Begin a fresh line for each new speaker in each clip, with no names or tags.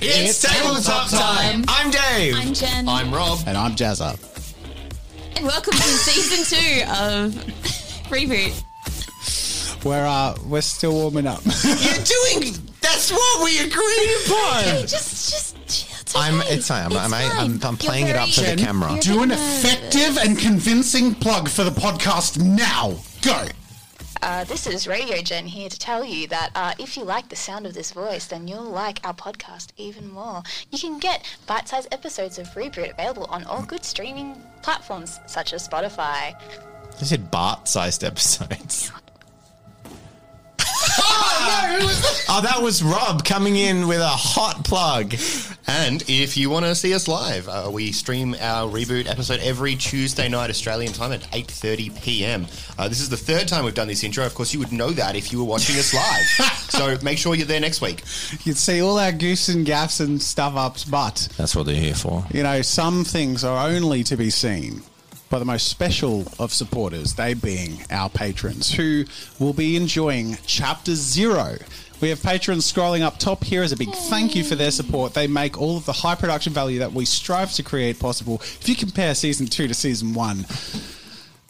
It's tabletop time. I'm Dave.
I'm Jen.
I'm Rob.
And I'm Jazza.
and welcome to season two of Reboot.
We're uh, we're still warming up.
You're doing. That's what we
Hey,
agreed upon.
just, just chill. It's
I'm.
okay.
It's I am. I'm.
fine.
I'm, I'm
You're
playing it up to
very-
the camera.
You're-
Do an
Yeah.
effective and convincing plug for the podcast now. Go.
Uh, this is Radio Jen here to tell you that uh, if you like the sound of this voice, then you'll like our podcast even more. You can get bite sized episodes of Reboot available on all good streaming platforms such as Spotify.
I said Bart-sized episodes. oh, that was Rob coming in with a hot plug.
And if you want to see us live, uh, we stream our reboot episode every Tuesday night Australian time at 8:30 p.m. Uh, this is the third time we've done this intro. Of course, you would know that if you were watching us live. so make sure you're there next week.
You'd see all our goose and gaffs and stuff ups, but
That's what they're here for.
you know some things are only to be seen by the most special of supporters, they being our patrons, who will be enjoying Chapter Zero. We have patrons scrolling up top here as a big thank you for their support. They make all of the high production value that we strive to create possible. If you compare season two to season one,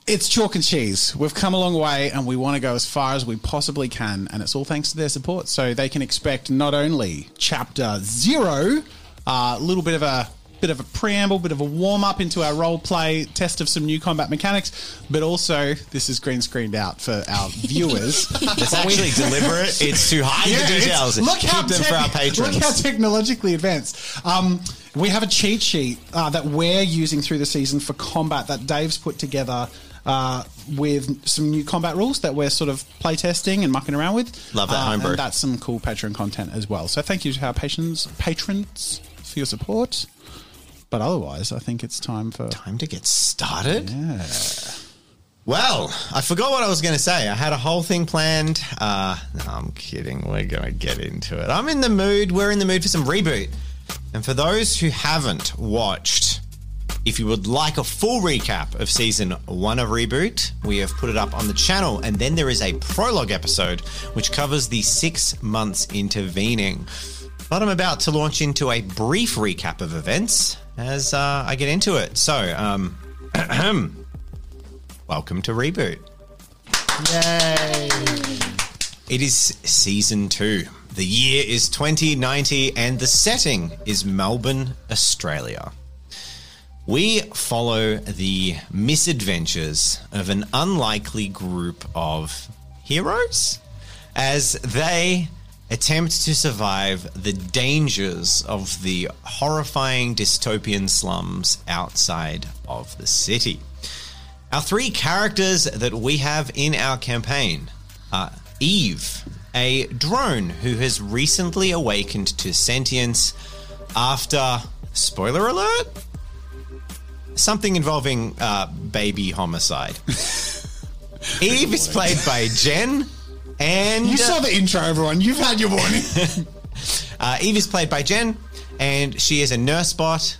it's chalk and cheese. We've come a long way and we want to go as far as we possibly can. And it's all thanks to their support. So they can expect not only chapter zero, a little bit of a bit of a preamble, bit of a warm up into our role play, test of some new combat mechanics, but also this is green screened out for our viewers.
It's actually deliberate. It's too high
Yeah,
the
it's-
details.
Look
Keep
how
them
tech-
for our patrons.
Look how technologically advanced. Um, we have a cheat sheet uh, that we're using through the season for combat that Dave's put together. Uh, with some new combat rules that we're sort of playtesting and mucking around with.
Love that
Uh,
homebrew.
And that's some cool Patreon content as well. So thank you to our patrons, patrons for your support. But otherwise, I think it's time for.
Time to get started. Well, I forgot what I was going to say. I had a whole thing planned. Uh, no, I'm kidding. We're going to get into it. I'm in the mood. We're in the mood for some reboot. And for those who haven't watched, if you would like a full recap of season one of Reboot, we have put it up on the channel. And then there is a prologue episode which covers the six months intervening. But I'm about to launch into a brief recap of events as uh, I get into it. So, um, welcome to Reboot. Yay! It is season two. The year is 2090, and the setting is Melbourne, Australia. We follow the misadventures of an unlikely group of heroes as they attempt to survive the dangers of the horrifying dystopian slums outside of the city. Our three characters that we have in our campaign are Eve, a drone who has recently awakened to sentience after, spoiler alert, something involving uh, baby homicide. Eve is played by Jen, and
You saw the intro, everyone. You've had your warning.
uh, Eve is played by Jen, and she is a nurse bot.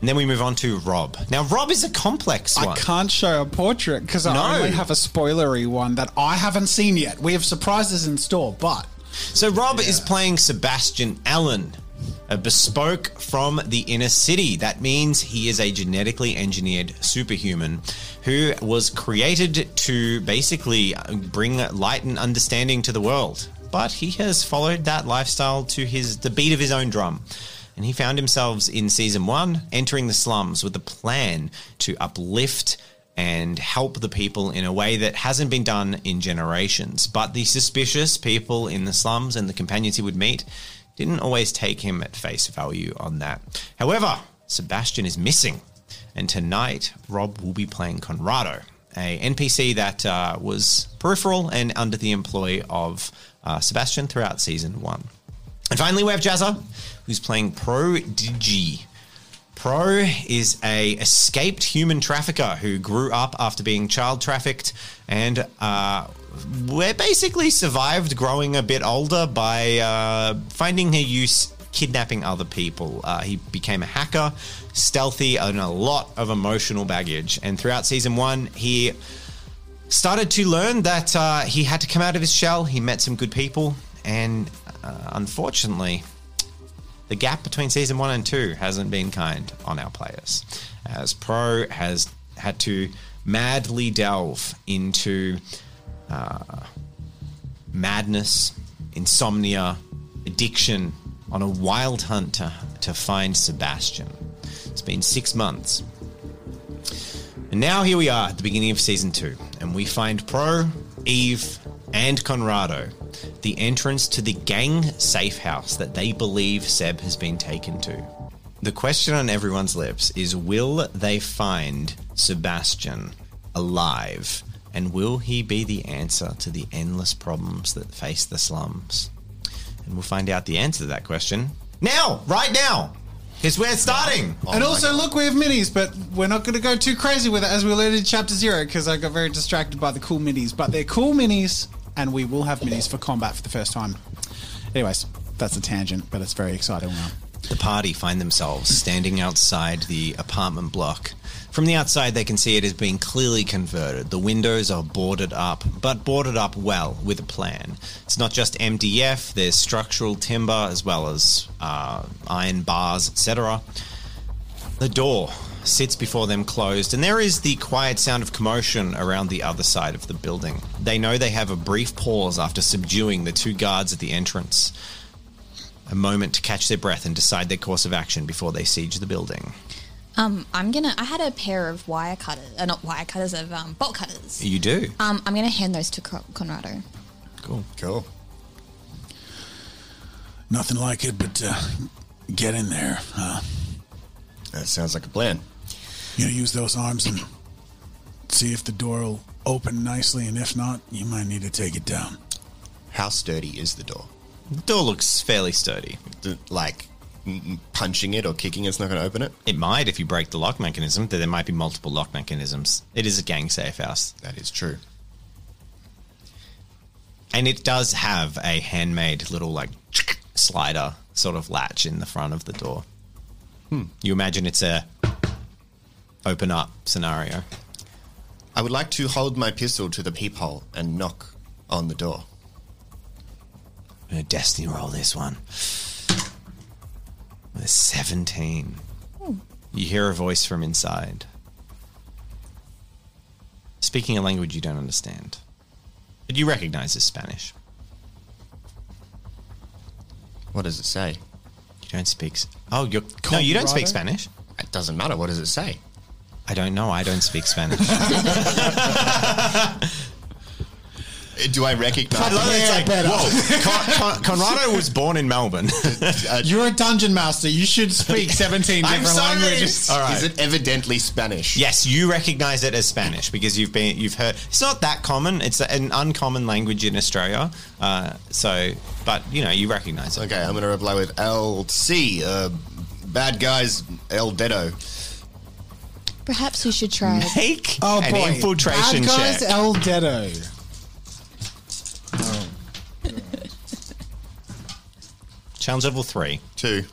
And then we move on to Rob. Now, Rob is a complex one.
I can't show a portrait because I
No.
only have a spoilery one that I haven't seen yet. We have surprises in store, but
So Rob is playing Sebastian Allen, a bespoke from the inner city. That means he is a genetically engineered superhuman who was created to basically uh, bring light and understanding to the world. But he has followed that lifestyle to his the beat of his own drum. And he found himself in season one entering the slums with a plan to uplift and help the people in a way that hasn't been done in generations. But the suspicious people in the slums and the companions he would meet didn't always take him at face value on that. However, Sebastian is missing, and tonight Rob will be playing Conrado, a NPC that uh, was peripheral and under the employ of uh, Sebastian throughout season one. And finally, we have Jazza, who's playing Pro Digi, Pro is a escaped human trafficker who grew up after being child trafficked and uh, we basically survived growing a bit older by uh, finding her use kidnapping other people. Uh, he became a hacker, stealthy, and a lot of emotional baggage. And throughout season one, he started to learn that uh, he had to come out of his shell. He met some good people, and uh, unfortunately, the gap between season one and two hasn't been kind on our players, as Pro has had to madly delve into uh, madness, insomnia, addiction on a wild hunt to, to find Sebastian. It's been six months. And now here we are at the beginning of season two, and we find Pro, Eve, and Conrado at the entrance to the gang safe house that they believe Seb has been taken to. The question on everyone's lips is will they find Sebastian alive? And will he be the answer to the endless problems that face the slums? And we'll find out the answer to that question now, right now, because we're starting.
and also, look, we have minis, but we're not going to go too crazy with it as we learned in chapter zero because I got very distracted by the cool minis. But they're cool minis, and we will have minis for combat for the first time. Anyways, that's a tangent, but it's very exciting now.
The party find themselves standing outside the apartment block. From the outside, they can see it has been clearly converted. The windows are boarded up, but boarded up well with a plan. It's not just MDF, there's structural timber as well as uh, iron bars, etc. The door sits before them closed, and there is the quiet sound of commotion around the other side of the building. They know they have a brief pause after subduing the two guards at the entrance a moment to catch their breath and decide their course of action before they siege the building.
Um, I'm gonna. I had a pair of wire cutters, uh, not wire cutters, of um, bolt cutters.
You do.
Um, I'm gonna hand those to Co- Conrado.
Cool.
Cool.
Nothing like it, but uh, get in there. Uh,
That sounds like a plan.
you know, use those arms and see if the door will open nicely, and if not, you might need to take it down.
How sturdy is the door?
The door looks fairly sturdy.
D- Like mm, mm, punching it or kicking it's not going to open it?
It might, if you break the lock mechanism, though there might be multiple lock mechanisms. It is a gang safe house.
That is true.
And it does have a handmade little, like, slider sort of latch in the front of the door. You imagine it's a open up scenario.
I would like to hold my pistol to the peephole and knock on the door.
I'm gonna destiny roll this one. With a 17. You hear a voice from inside. Speaking a language you don't understand. But you recognize as Spanish.
What does it say?
You don't speak. s- Oh, you're. No, you don't speak
Colorado?
Spanish.
It doesn't matter. What does it say?
I don't know. I don't speak Spanish.
Uh, Do I recognize?
like, whoa. Con- Con- Conrado was born in Melbourne.
You're a dungeon master. You should speak 17
Uh, I'm
different
sorry.
languages.
All right.
Is it evidently Spanish?
Yes, you recognize it as Spanish because you've been you've heard. It's not that common. It's an uncommon language in Australia. Uh, so, but you know, you recognize it.
Okay, I'm going to reply with LC. Uh, bad guys, El Dedo.
Perhaps we should try.
Take
Oh
an
boy!
infiltration
Bad guys,
check.
El Dedo.
Challenge level three.
Two.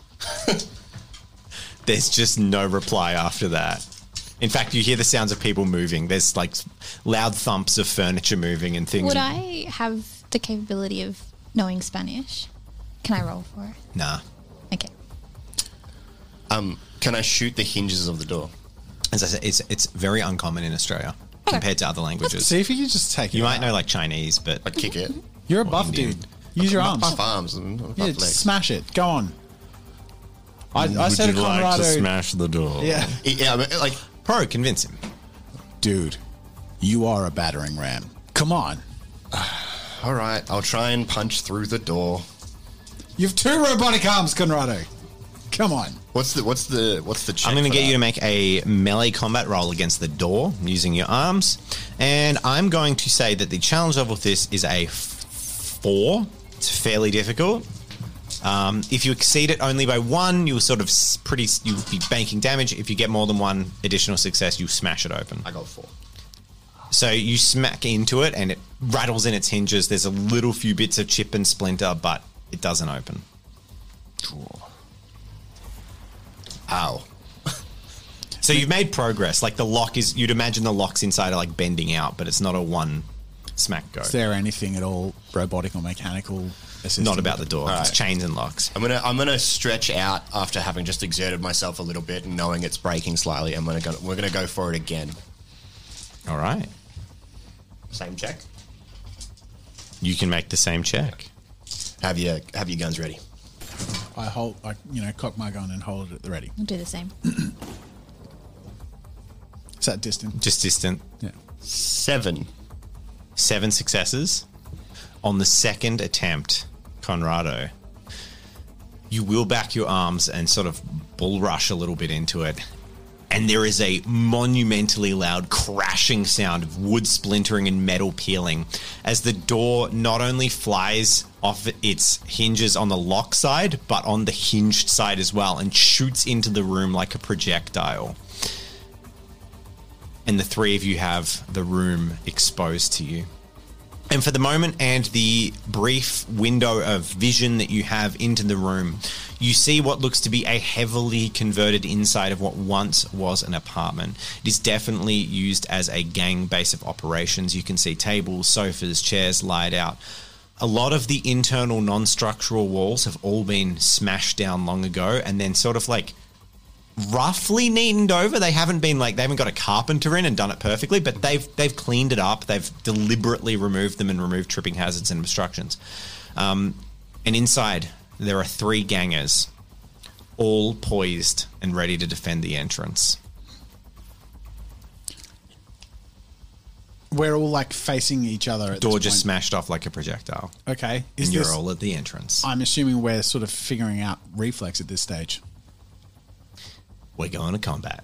There's just no reply after that. In fact, you hear the sounds of people moving. There's like loud thumps of furniture moving and things.
Would I have the capability of knowing Spanish? Can I roll for it?
Nah.
Okay.
Um, can I shoot the hinges of the door?
As I said, it's it's very uncommon in Australia compared to other languages.
See if you could just take it.
You might
out.
know like Chinese, but
I'd kick it.
You're a buff
Indian.
dude. Use your arms.
Buff arms. and Buff
Yeah, just
legs.
smash it. Go on. I, I said Conrado.
smash the door?
yeah,
yeah, I mean, like
pro convince him.
dude, you are a battering ram. Come on.
All right, I'll try and punch through the door.
You've two robotic arms, Conrado. Come on.
What's the what's the what's the? Check
I'm going
for
to get you to
that?
make a melee combat roll against the door using your arms, and I'm going to say that the challenge level of this is a f- four. It's fairly difficult. Um, if you exceed it only by one, you'll sort of s- pretty s- you'll be banking damage. If you get more than one additional success, you smash it open.
I got four.
So you smack into it, and it rattles in its hinges. There's a little few bits of chip and splinter, but it doesn't open.
Ow!
So you've made progress. Like the lock is, you'd imagine the locks inside are like bending out, but it's not a one smack go.
Is there anything at all robotic or mechanical? Assisting
Not about the door.
All
It's
right.
chains and locks.
I'm gonna I'm gonna stretch out after having just exerted myself a little bit and knowing it's breaking slightly. I'm gonna go, we're gonna go for it again.
All right.
Same check.
You can make the same check.
Have your have your guns ready.
I hold, I you know, cock my gun and hold it at the ready.
We'll do the same.
It's that distant.
Just distant.
Yeah.
Seven.
Seven successes. On the second attempt, Conrado, you will back your arms and sort of bull rush a little bit into it. And there is a monumentally loud crashing sound of wood splintering and metal peeling as the door not only flies off its hinges on the lock side, but on the hinged side as well and shoots into the room like a projectile. and the three of you have the room exposed to you. And for the moment and the brief window of vision that you have into the room, you see what looks to be a heavily converted inside of what once was an apartment. It is definitely used as a gang base of operations. You can see tables, sofas, chairs lied out. A lot of the internal non structural walls have all been smashed down long ago and then sort of like roughly neatened over. They haven't been like they haven't got a carpenter in and done it perfectly, but they've they've cleaned it up. They've deliberately removed them and removed tripping hazards and obstructions. Um, and inside there are three gangers, all poised and ready to defend the entrance.
We're all like facing each other. At
Door
this
just
point.
smashed off like a projectile,
Okay.
and
Is
you're
this?
all at the entrance.
I'm assuming we're sort of figuring out reflex at this stage.
we're going to combat.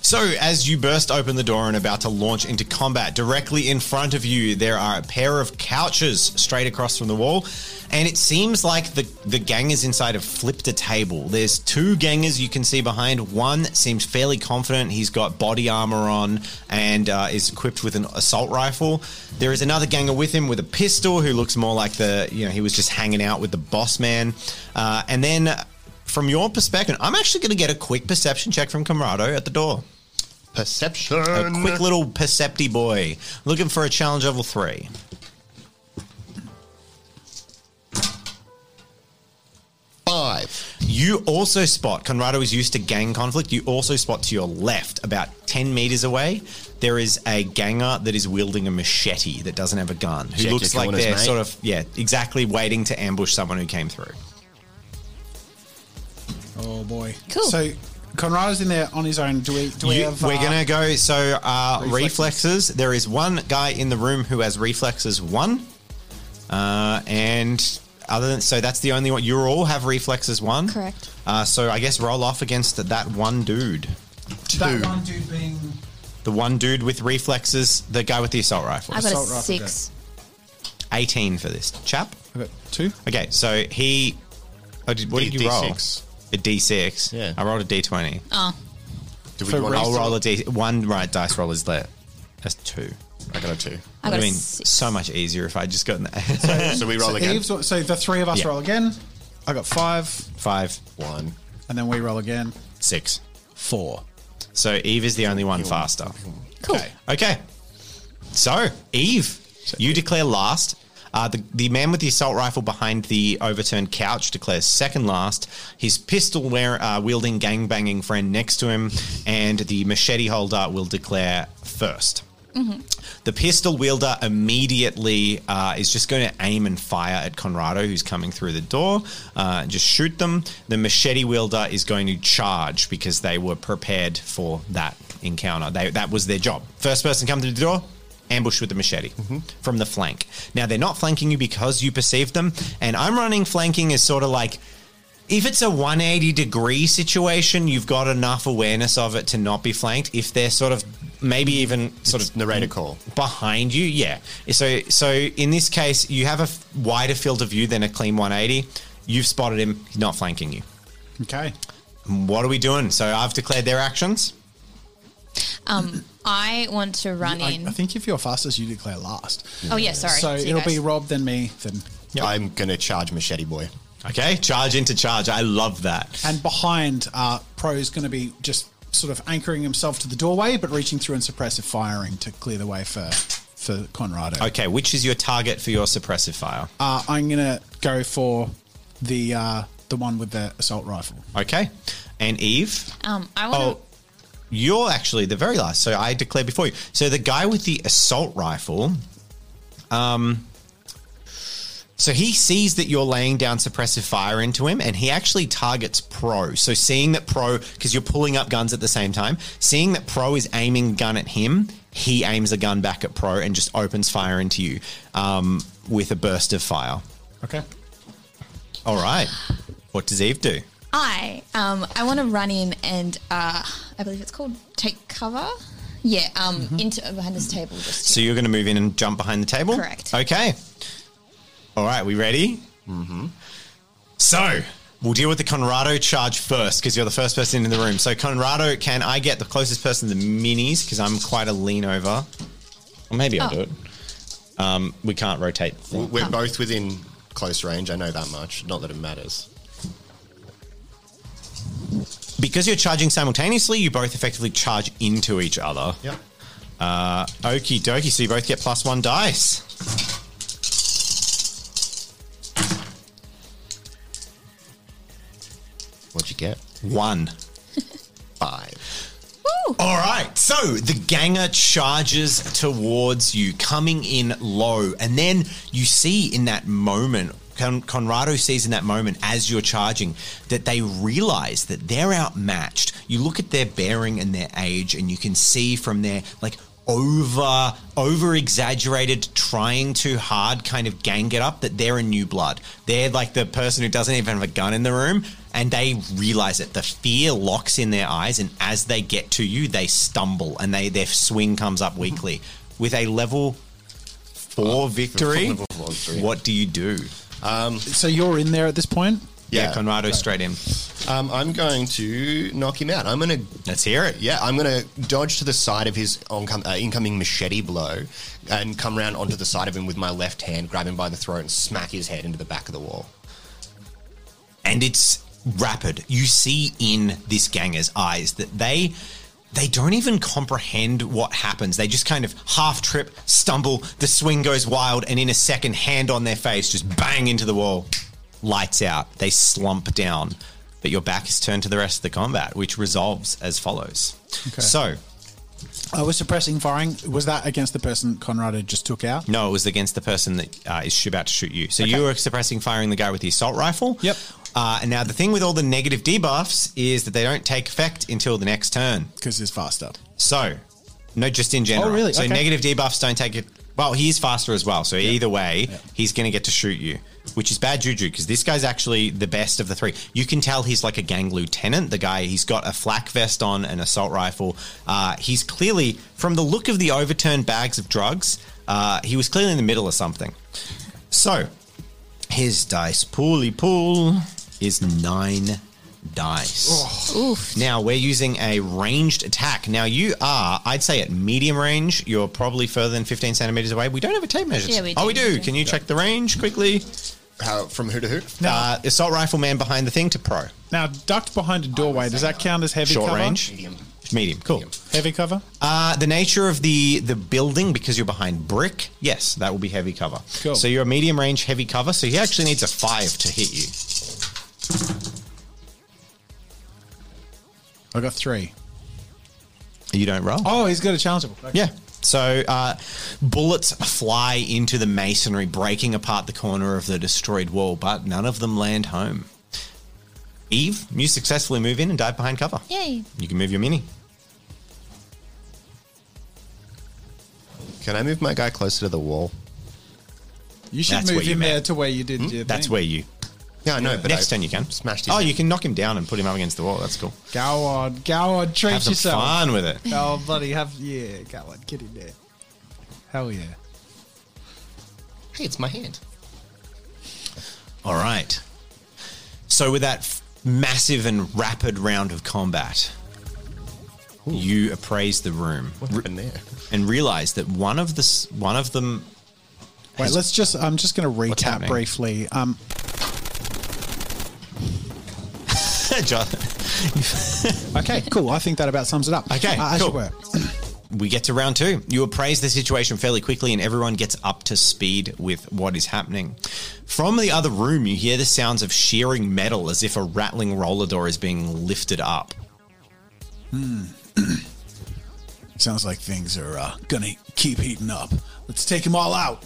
So, as you burst open the door and about to launch into combat, directly in front of you, there are a pair of couches straight across from the wall. And it seems like the, the gangers inside have flipped a table. There's two gangers you can see behind. One seems fairly confident. He's got body armor on and uh, is equipped with an assault rifle. There is another ganger with him with a pistol who looks more like the, you know, he was just hanging out with the boss man. Uh, and then from your perspective, I'm actually going to get a quick perception check from Camrado at the door.
Perception.
A
uh,
quick little percepti boy looking for a challenge level three.
five.
You also spot, Conrado is used to gang conflict. You also spot to your left, about 10 meters away, there is a ganger that is wielding a machete that doesn't have a gun, who
Check
looks
your
like
corners,
they're
mate.
sort of, yeah, exactly waiting to ambush someone who came through.
Oh boy.
Cool.
So Conrado's in there on his own. Do we? Do we
You-
have?
we're
uh,
gonna go. So uh, reflexes.
reflexes?
There is one guy in the room who has reflexes one, uh, and other than so that's the only one. You all have reflexes one,
Correct.
Uh, so I guess roll off against that one dude,
that one dude being.
the one dude with reflexes, the guy with the assault rifle.
I got a
Assault rifle
six.
Eighteen for this chap.
I got two.
Okay, so he. Oh, did, what
D-
did you roll?
D6.
A D six.
Yeah.
I rolled a D twenty.
Oh,
Do we
For
want
race-
I'll
to
roll a D. One right dice roll is there. That's two.
I got a two.
I
I
got a
mean,
six.
so much easier if I just got
So we roll
so
again.
Eve's- so the three of us
Yeah.
roll again. I got five,
five,
One.
and then we roll again.
six.
Four.
So Eve is the only one faster.
cool.
Okay. So Eve, you declare last. Uh, the, the man with the assault rifle behind the overturned couch declares second last. His pistol wear, uh, wielding gang banging friend next to him, and the machete holder will declare first. The pistol wielder immediately uh, is just going to aim and fire at Conrado, who's coming through the door. Uh, just shoot them. The machete wielder is going to charge because they were prepared for that encounter. They, that was their job. First person come through the door, ambush with the machete from the flank. Now, they're not flanking you because you perceived them. And I'm running flanking as sort of like if it's a 180 degree situation, you've got enough awareness of it to not be flanked. If they're sort of maybe even sort
It's
of
narrator call.
behind you, yeah. So so in this case, you have a f- wider field of view than a clean 180. You've spotted him. He's not flanking you.
Okay.
What are we doing? So I've declared their actions.
I want to run
I,
in.
I think if you're fastest, you declare last.
oh yeah, sorry.
So
See you
it'll
guys.
be Rob, then me, then.
I'm gonna charge Machete Boy.
Okay, charge into charge. I love that.
And behind, uh, Pro's going to be just sort of anchoring himself to the doorway, but reaching through and suppressive firing to clear the way for for Conrado.
Okay, which is your target for your suppressive fire?
Uh, I'm gonna go for the uh, the one with the assault rifle.
Okay. And Eve?
Um, I
Oh,
want
you're actually the very last. So I declare before you. So the guy with the assault rifle, um, so he sees that you're laying down suppressive fire into him, and he actually targets Pro. So seeing that Pro, because you're pulling up guns at the same time, seeing that Pro is aiming gun at him, he aims a gun back at Pro and just opens fire into you um, with a burst of fire.
Okay.
All right. What does Eve do?
I um I want to run in and uh I believe it's called take cover. Yeah, um
Mm-hmm.
into behind this table just
So you're going to move in and jump behind the table?
Correct.
Okay. All right, we ready? Mm-hmm. So we'll deal with the Conrado charge first because you're the first person in the room. So Conrado, can I get the closest person to minis because I'm quite a lean over? Or maybe I'll
Oh.
do it. Um, we can't rotate. the thing.
We're both within close range. I know that much. Not that it matters.
Because you're charging simultaneously, you both effectively charge into each other.
Yeah.
Uh, okie dokie. So you both get plus one dice.
What'd you get?
One.
Five.
All right. So the ganger charges towards you, coming in low. And then you see in that moment, Con- Conrado sees in that moment as you're charging that they realize that they're outmatched. You look at their bearing and their age, and you can see from their like over over exaggerated trying too hard kind of gang it up that they're a new blood they're like the person who doesn't even have a gun in the room and they realize it the fear locks in their eyes and as they get to you they stumble and they their swing comes up weakly with a level four victory
level Mm-hmm. Uh, four victory.
what do you do
So you're in there at this point.
yeah,
Yeah.
conrado straight in
Um, I'm going to knock him out. I'm going to
let's hear it
Yeah, I'm going to dodge to the side of his oncom- uh, incoming machete blow and come round onto the side of him with my left hand, grab him by the throat, and smack his head into the back of the wall.
and it's rapid. You see in this ganger's eyes that they they don't even comprehend what happens. They just kind of half trip, stumble, the swing goes wild, and in a second, hand on their face, just bang into the wall. Lights out. They slump down. But your back is turned to the rest of the combat, which resolves as follows. So,
I was suppressing firing. Was that against the person Conrado just took out?
no, it was against the person that uh, is sh- about to shoot you. So you were suppressing firing the guy with the assault rifle.
Yep.
Uh, and now the thing with all the negative debuffs is that they don't take effect until the next turn.
Because he's faster.
So, no, just in general.
Oh, really?
So
Okay.
negative debuffs don't take it. Well, he is faster as well. So either way, he's going to get to shoot you, which is bad juju because this guy's actually the best of the three. You can tell he's like a gang lieutenant. The guy, he's got a flak vest on, an assault rifle. Uh, he's clearly, from the look of the overturned bags of drugs, uh, he was clearly in the middle of something. So his dice pooly pool is nine dice.
Oh.
Now we're using a ranged attack. Now you are, I'd say, at medium range. You're probably further than 15 centimeters away. We don't have a tape measure.
Yeah, we
Oh,
do.
we do. Can you check the range quickly?
How, from who to who?
Uh, assault rifle man behind the thing to pro.
Now ducked behind a doorway. Does that count as heavy
Short
cover?
range.
Medium.
Medium. Cool.
Heavy cover.
Uh, the nature of the the building because you're behind brick. Yes, that will be heavy cover.
Cool.
So you're a medium range heavy cover. So he actually needs a five to hit you.
I got three.
You don't roll.
Oh, he's got a challengeable. Okay.
Yeah. So uh, bullets fly into the masonry, breaking apart the corner of the destroyed wall, but none of them land home. Eve, you successfully move in and dive behind cover.
Yay.
You can move your mini.
Can I move my guy closer to the wall?
You should
That's
move
what you
him
meant.
there to where you did. your
That's
thing.
where you.
Yeah, I know, but
Next
I
turn you can.
Smashed his
Oh,
head.
you can knock him down and put him up against the wall. That's cool.
Go on, go on, treat
Have some
yourself.
fun with it.
Oh bloody have yeah, go on, get in there. Hell yeah.
Hey, it's my hand.
All right. So, with that f- massive and rapid round of combat, you appraise the room
What happened there?
and realize that one of the s- one of them
Wait, let's just I'm just gonna recap
happening?
briefly. Um
Jo-
okay, cool. I think that about sums it up.
Okay,
Uh, as
cool.
you were.
we get to round two. You appraise the situation fairly quickly, and everyone gets up to speed with what is happening. From the other room, you hear the sounds of shearing metal as if a rattling roller door is being lifted up.
Sounds like things are uh, gonna keep heating up. Let's take them all out.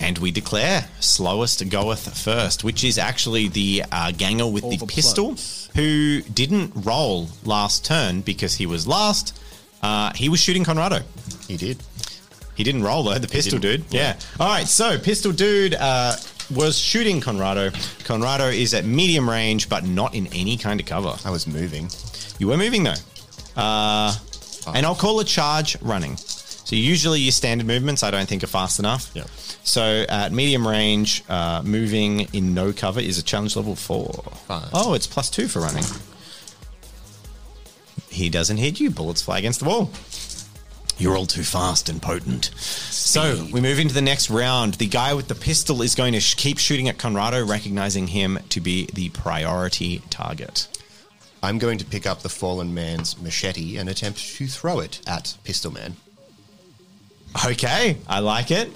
And we declare slowest goeth first, which is actually the uh, ganger with the
Overplus.
pistol who didn't roll last turn because he was last. Uh, he was shooting Conrado.
He did.
He didn't roll though. The pistol dude.
didn't.
Yeah. All right. So pistol dude uh, was shooting Conrado. Conrado is at medium range, but not in any kind of cover.
I was moving.
You were moving though, uh, and I'll call a charge running. So usually your standard movements, I don't think, are fast enough.
Yeah.
So at medium range, uh, moving in no cover is a challenge level four.
Five.
Oh, it's plus two for running. He doesn't hit you. Bullets fly against the wall. You're all too fast and potent. So we move into the next round. The guy with the pistol is going to sh- keep shooting at Conrado, recognizing him to be the priority target.
I'm going to pick up the fallen man's machete and attempt to throw it at Pistol Man.
Okay, I like it.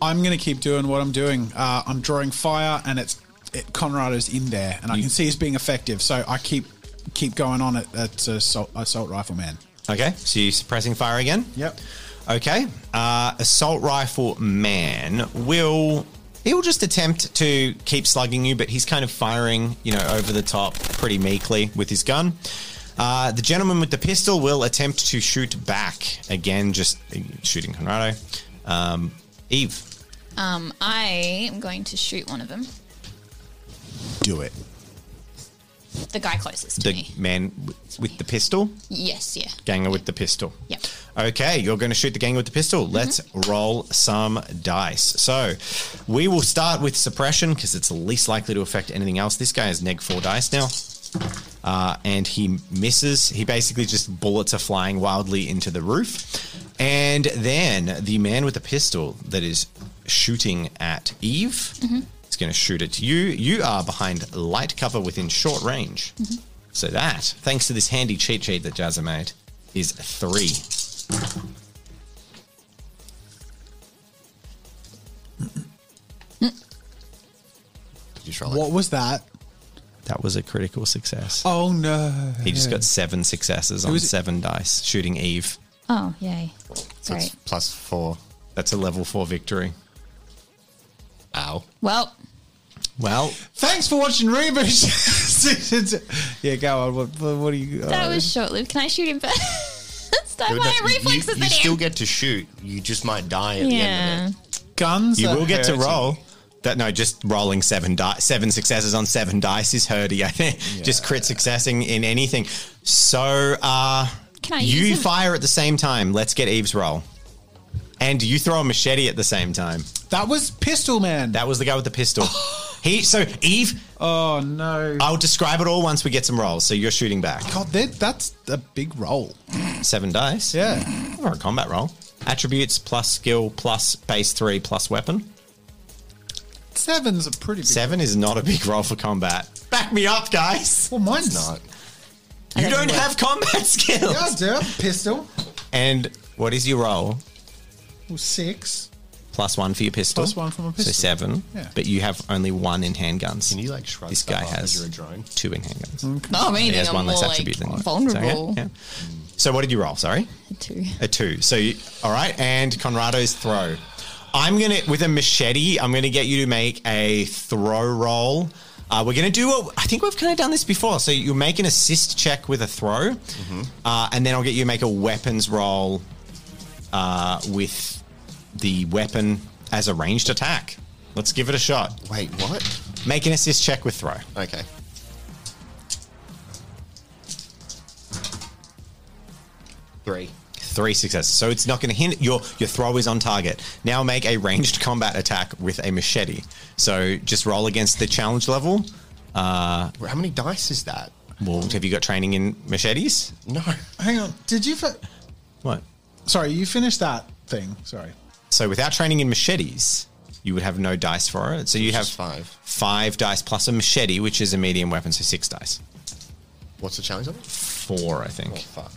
I'm going to keep doing what I'm doing. Uh, I'm drawing fire, and it's it, Conrado's in there, and I
Mm.
can see it's being effective. So I keep keep going on it. That's assault, assault rifle man.
Okay, so you're suppressing fire again?
Yep.
Okay, uh, assault rifle man will he'll just attempt to keep slugging you, but he's kind of firing, you know, over the top pretty meekly with his gun. Uh, the gentleman with the pistol will attempt to shoot back again, just uh, shooting Conrado. Um, Eve,
Um, I am going to shoot one of them.
Do it.
The guy closest to
the
me.
man w- with the pistol,
Yes, yeah.
ganger with the pistol.
Yep.
Okay, you're going to shoot the gang with the pistol. Let's roll some dice. So we will start with suppression because it's least likely to affect anything else. This guy has neg four dice now. Uh, and he misses. He basically just bullets are flying wildly into the roof. And then the man with the pistol that is shooting at Eve
Mm-hmm.
is going to shoot at you. You are behind light cover within short range.
Mm-hmm.
So that, thanks to this handy cheat sheet that Jazza made, is three.
Just roll
What
it.
was that?
That was a critical success.
Oh no!
He just got seven successes on
was it?
seven dice, shooting Eve.
Oh, yay.
So it's
Great.
plus four.
That's a level four victory.
Ow.
Well,
Well,
Thanks for watching Reboot. yeah, go on. What, what, what are you?
that
uh,
was short lived. Can I shoot him first? I have
No,
higher
you-
reflexes
you,
than him.
you still get to shoot. You just might die at the
yeah.
end of it.
guns.
you
are
will get to
hurting.
roll. That no, just rolling seven di- seven successes on seven dice is hurdy. I think just crit successing in anything. So uh,
Can I
you
use him?
fire at the same time. Let's get Eve's roll, and you throw a machete at the same time.
That was Pistol Man.
That was the guy with the pistol. he so Eve.
oh no!
I'll describe it all once we get some rolls. So you're shooting back.
God, that, that's a big roll.
Seven dice.
Yeah.
Or a combat roll. Attributes plus skill plus base three plus weapon.
Seven's a pretty big.
Seven is not a big roll for combat. Back me up, guys.
Well, mine's
Not.
You don't have combat skills.
Yeah, I do. Pistol.
And what is your roll?
Well, six.
Plus one for your pistol.
Plus one from a pistol.
So seven.
Yeah.
But you have only one in handguns.
Can you like shrug
This
stuff
guy
off as
has
you're a drone?
two in handguns.
No, if
He
anything,
has
Oh, I'm
one
more
less
like
attribute than you. So, yeah,
vulnerable.
yeah. So what did you roll? Sorry.
Two.
A two. So, you, all right. And Conrado's throw. I'm going to, with a machete, I'm going to get you to make a throw roll. Uh, we're going to do what I think we've kind of done this before. So, you make an assist check with a throw, uh, and then I'll get you to make a weapons roll uh, with the weapon as a ranged attack. Let's give it a shot.
Wait, what?
Make an assist check with throw.
Okay. Three.
Three successes. So it's not going to hit your your throw is on target. Now make a ranged combat attack with a machete. So just roll against the challenge level.
How many dice is that?
Well, have you got training in machetes?
No.
Hang on. Did you? Fi-
What?
Sorry, you finished that thing. Sorry.
So without training in machetes, you would have no dice for it. So you
Which
have
is five.
five dice plus a machete, which is a medium weapon, so six dice.
What's the challenge level?
four, I think.
Fuck.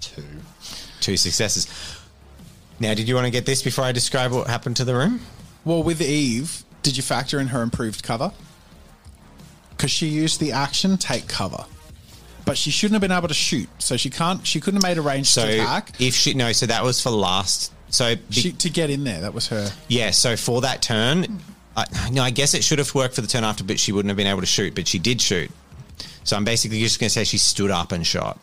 Two. Two successes. Now, did you want to get this before I describe what happened to the room?
Well, with Eve, did you factor in her improved cover? Because she used the action take cover, but she shouldn't have been able to shoot, so she can't. She couldn't have made a ranged
So
attack.
if she no, so that was for last. So be-
She, to get in there, that was her.
yeah, so for that turn, I, no, I guess it should have worked for the turn after, but she wouldn't have been able to shoot. But she did shoot. So I'm basically just going to say she stood up and shot.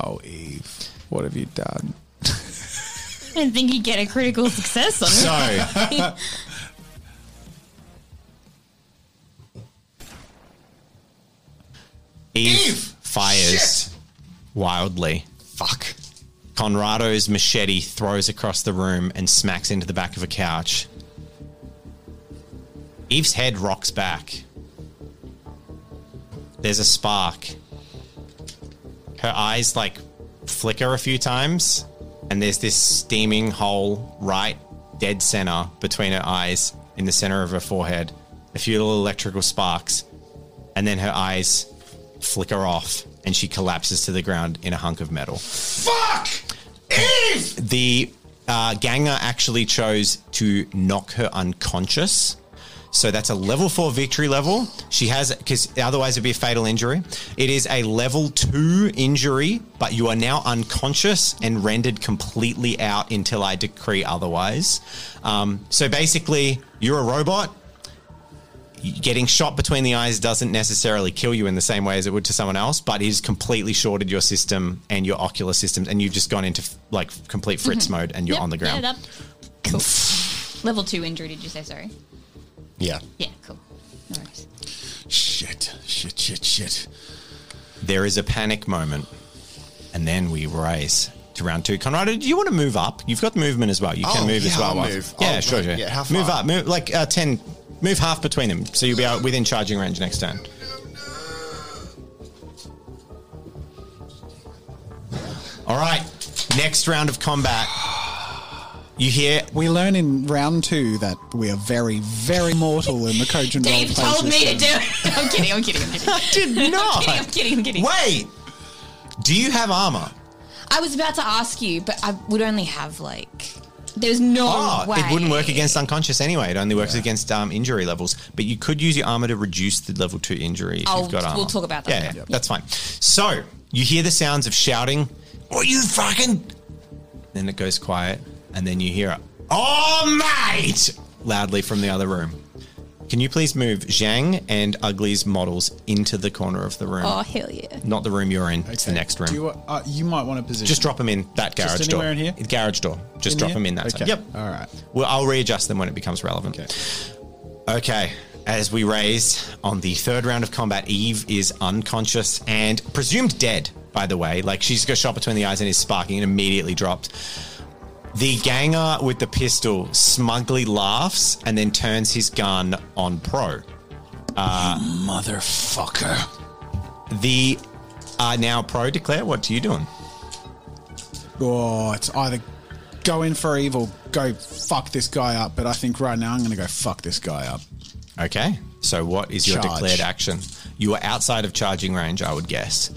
Oh, Eve, what have you done?
I didn't think you'd get a critical success on it.
So Eve, fires wildly. Fuck. Conrado's machete throws across the room and smacks into the back of a couch. Eve's head rocks back. There's a spark. Her eyes like flicker a few times, and there's this steaming hole right dead center between her eyes in the center of her forehead. A few little electrical sparks, and then her eyes flicker off and she collapses to the ground in a hunk of metal.
Fuck! Eve!
The uh, Ganger actually chose to knock her unconscious. So that's a level four victory level. She has, because otherwise it'd be a fatal injury. It is a level two injury, but you are now unconscious and rendered completely out until I decree otherwise. Um, so basically, you're a robot. Getting shot between the eyes doesn't necessarily kill you in the same way as it would to someone else, but it has completely shorted your system and your ocular systems, and you've just gone into like complete Fritz mode and you're
Mm-hmm. Yep,
on the ground.
yeah, that- Cool. Level two injury, did you say? Sorry.
Yeah.
Yeah, cool. No worries.
Shit, shit, shit, shit.
There is a panic moment, and then we rise to round two. Conrado, do you want to move up? You've got movement as well. You can
Oh,
move as
yeah,
well.
I'll
Miles.
move.
Yeah,
I'll
sure,
move.
sure.
Yeah, how
Move
far?
up, move like uh, ten. Move half between them, so you'll be out within charging range next turn. All right, next round of combat. You hear
We learn in round two that we are very, very mortal in the Cajun role
Dave told me to do it. I'm kidding, I'm kidding, I'm kidding.
I did not.
I'm kidding, I'm kidding.
Wait, do you have armor?
I was about to ask you, but I would only have like. There's no
Oh,
way.
it wouldn't work against unconscious anyway. It only works against um, injury levels. But you could use your armor to reduce the level two injury if
I'll-
you've got
we'll
armor.
talk about that.
Yeah, yeah, that's fine. So you hear the sounds of shouting. Oh, you fucking! Then it goes quiet, and then you hear it. Oh, mate! Loudly from the other room. Can you please move Zhang and Ugly's models into the corner of the room?
Oh, hell yeah.
Not the room you're in. It's the next room.
Do you, uh, you might want to position.
Just drop them in that garage
Just
door.
anywhere in here?
Garage door. Just
In
drop
here?
them in that
Okay.
side. Yep.
All right.
Well, I'll readjust them when it becomes relevant.
Okay.
Okay. As we raise on the third round of combat, Eve is unconscious and presumed dead, by the way. Like she's got shot between the eyes and is sparking and immediately dropped. The ganger with the pistol smugly laughs and then turns his gun on Pro.
Motherfucker.
The uh, now Pro declare, what are you doing?
Oh, it's either go in for Eve or go fuck this guy up. But I think right now I'm going to go fuck this guy up.
Okay. So what is your
Charge.
declared action? You are outside of charging range, I would guess.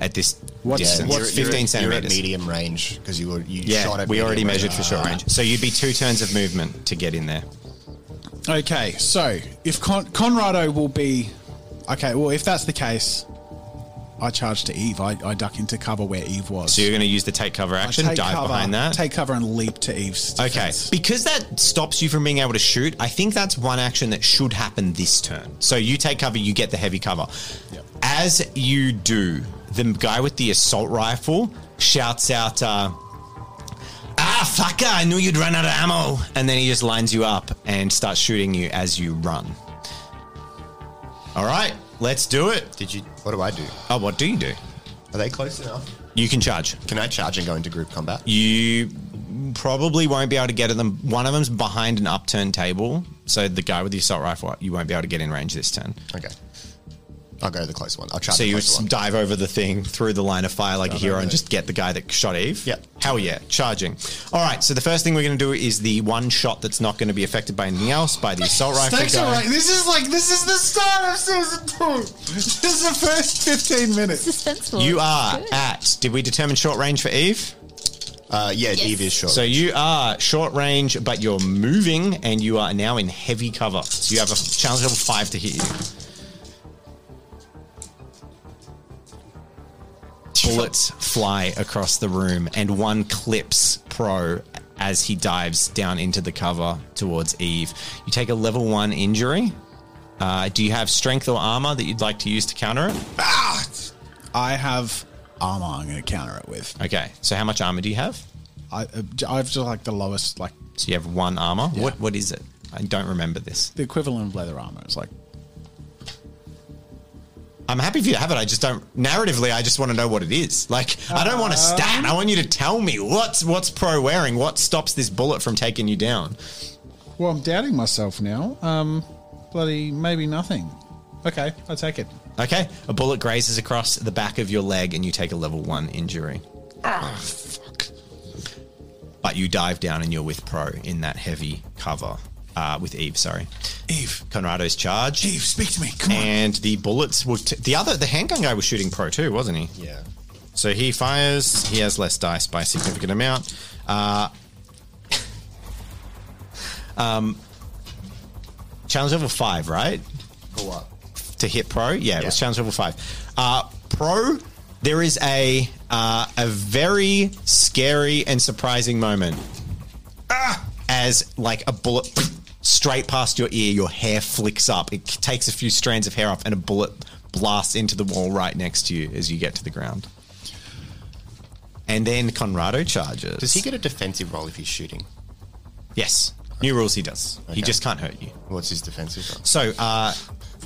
At this
What's-
distance,
what's-
15
You're- you're at-
centimeters.
You're at medium range because you were you shot
yeah,
at
we
medium
already
range. Uh,
measured for short range. So you'd be two turns of movement to get in there.
Okay, so if Con- Conrado will be. Okay, well, if that's the case, I charge to Eve. I, I duck into cover where Eve was.
So you're going to use the take cover
I
action,
take
dive
cover-
behind that.
Take cover and leap to Eve's.
okay,
defense.
because that stops you from being able to shoot. I think that's one action that should happen this turn. So you take cover, you get the heavy cover. As you do, the guy with the assault rifle shouts out. Uh, Ah, fucker, I knew you'd run out of ammo. And then he just lines you up and starts shooting you as you run. All right, let's do it.
Did you? What do I do?
Oh, what do you do?
Are they close enough?
You can charge.
Can I charge and go into group combat?
You probably won't be able to get at them. One of them's behind an upturned table, so the guy with the assault rifle, you won't be able to get in range this turn.
Okay. I'll go to the close one. I'll try
So
the
you
close
just
one.
dive over the thing through the line of fire like a hero and just get the guy that shot Eve.
Yep.
Hell yeah, charging. All right, so the first thing we're going to do is the one shot that's not going to be affected by anything else by the assault rifle
Stakes
guy.
are right. This is like this is the start of season two. This is the first fifteen minutes.
Suspenseful.
You are
Good.
at. Did we determine short range for Eve?
Uh, yeah, Eve is short.
So you are short range, but you're moving and you are now in heavy cover. So you have a challenge level five to hit you. Bullets fly across the room and one clips Pro as he dives down into the cover towards Eve. You take a level one injury. Uh, do you have strength or armor that you'd like to use to counter it?
I have armor. I'm going to counter it with.
Okay, so how much armor do you have?
I, uh, I've just like the lowest, like
So you have one armor. What what is it? I don't remember this.
the equivalent of leather armor. It's like
I'm happy for you to have it. I just don't narratively. I just want to know what it is. Like I don't want a stat. I want you to tell me what's what's pro wearing. What stops this bullet from taking you down?
Well, I'm doubting myself now. Um, bloody maybe nothing. Okay, I take it.
Okay, a bullet grazes across the back of your leg, and you take a level one injury. Oh, But you dive down, and you're with pro in that heavy cover uh, with Eve. Sorry,
Eve,
Conrado's charge.
Eve, speak to me. Come on.
And the bullets were t- the other the handgun guy was shooting pro too, wasn't he?
yeah.
So he fires. He has less dice by a significant amount. Uh, um, challenge level five, right?
For what?
To hit pro, yeah, it was
Yeah.
challenge level five. Uh, pro, there is a uh, a very scary and surprising moment
Ah!
as like a bullet straight past your ear, your hair flicks up. It takes a few strands of hair off, and a bullet blasts into the wall right next to you as you get to the ground. And then Conrado charges.
Does he get a defensive role if he's shooting?
Yes. New rules. He does. He
Okay.
just can't hurt you.
What's his defensive role?
So uh,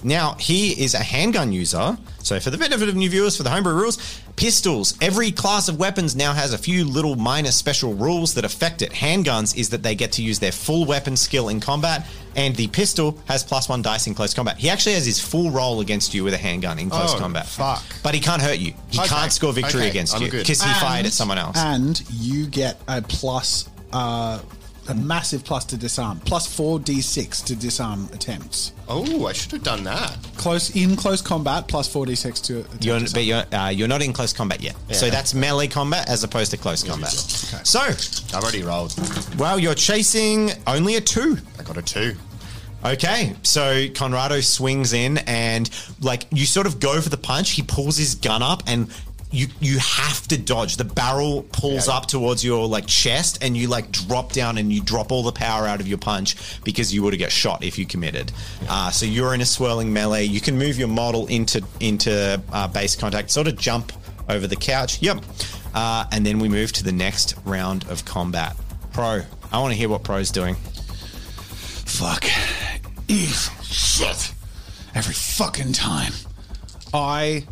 now he is a handgun user. So for the benefit of new viewers, for the homebrew rules, pistols. Every class of weapons now has a few little minor special rules that affect it. Handguns is that they get to use their full weapon skill in combat, and the pistol has plus one dice in close combat. He actually has his full roll against you with a handgun in close
Oh,
combat.
fuck.
But he can't hurt you. He
Okay,
can't score victory
okay,
against
I'm
you
good.
because he fired at someone else.
uh,
And you get a plus, uh, a massive plus to disarm, plus four d6 to disarm attempts.
Oh, I should have done that.
Close in close combat, plus four d6 to. attempt
You're,
disarm.
but you're uh, you're not in close combat yet, so
Yeah.
that's melee combat as opposed to close combat.
Okay.
So
I've already rolled.
Wow, you're chasing only a two.
I got a two.
Okay, so Conrado swings in and like you sort of go for the punch. He pulls his gun up and you you have to dodge. The barrel pulls
Yeah.
up towards your like chest and you like drop down and you drop all the power out of your punch because you would have got shot if you committed. Uh, so you're in a swirling melee. You can move your model into into uh, base contact. Sort of jump over the couch. Yep. Uh, and then we move to the next round of combat. Pro, I want to hear what Pro's doing.
Fuck. Eve. Shit. Every fucking time.
I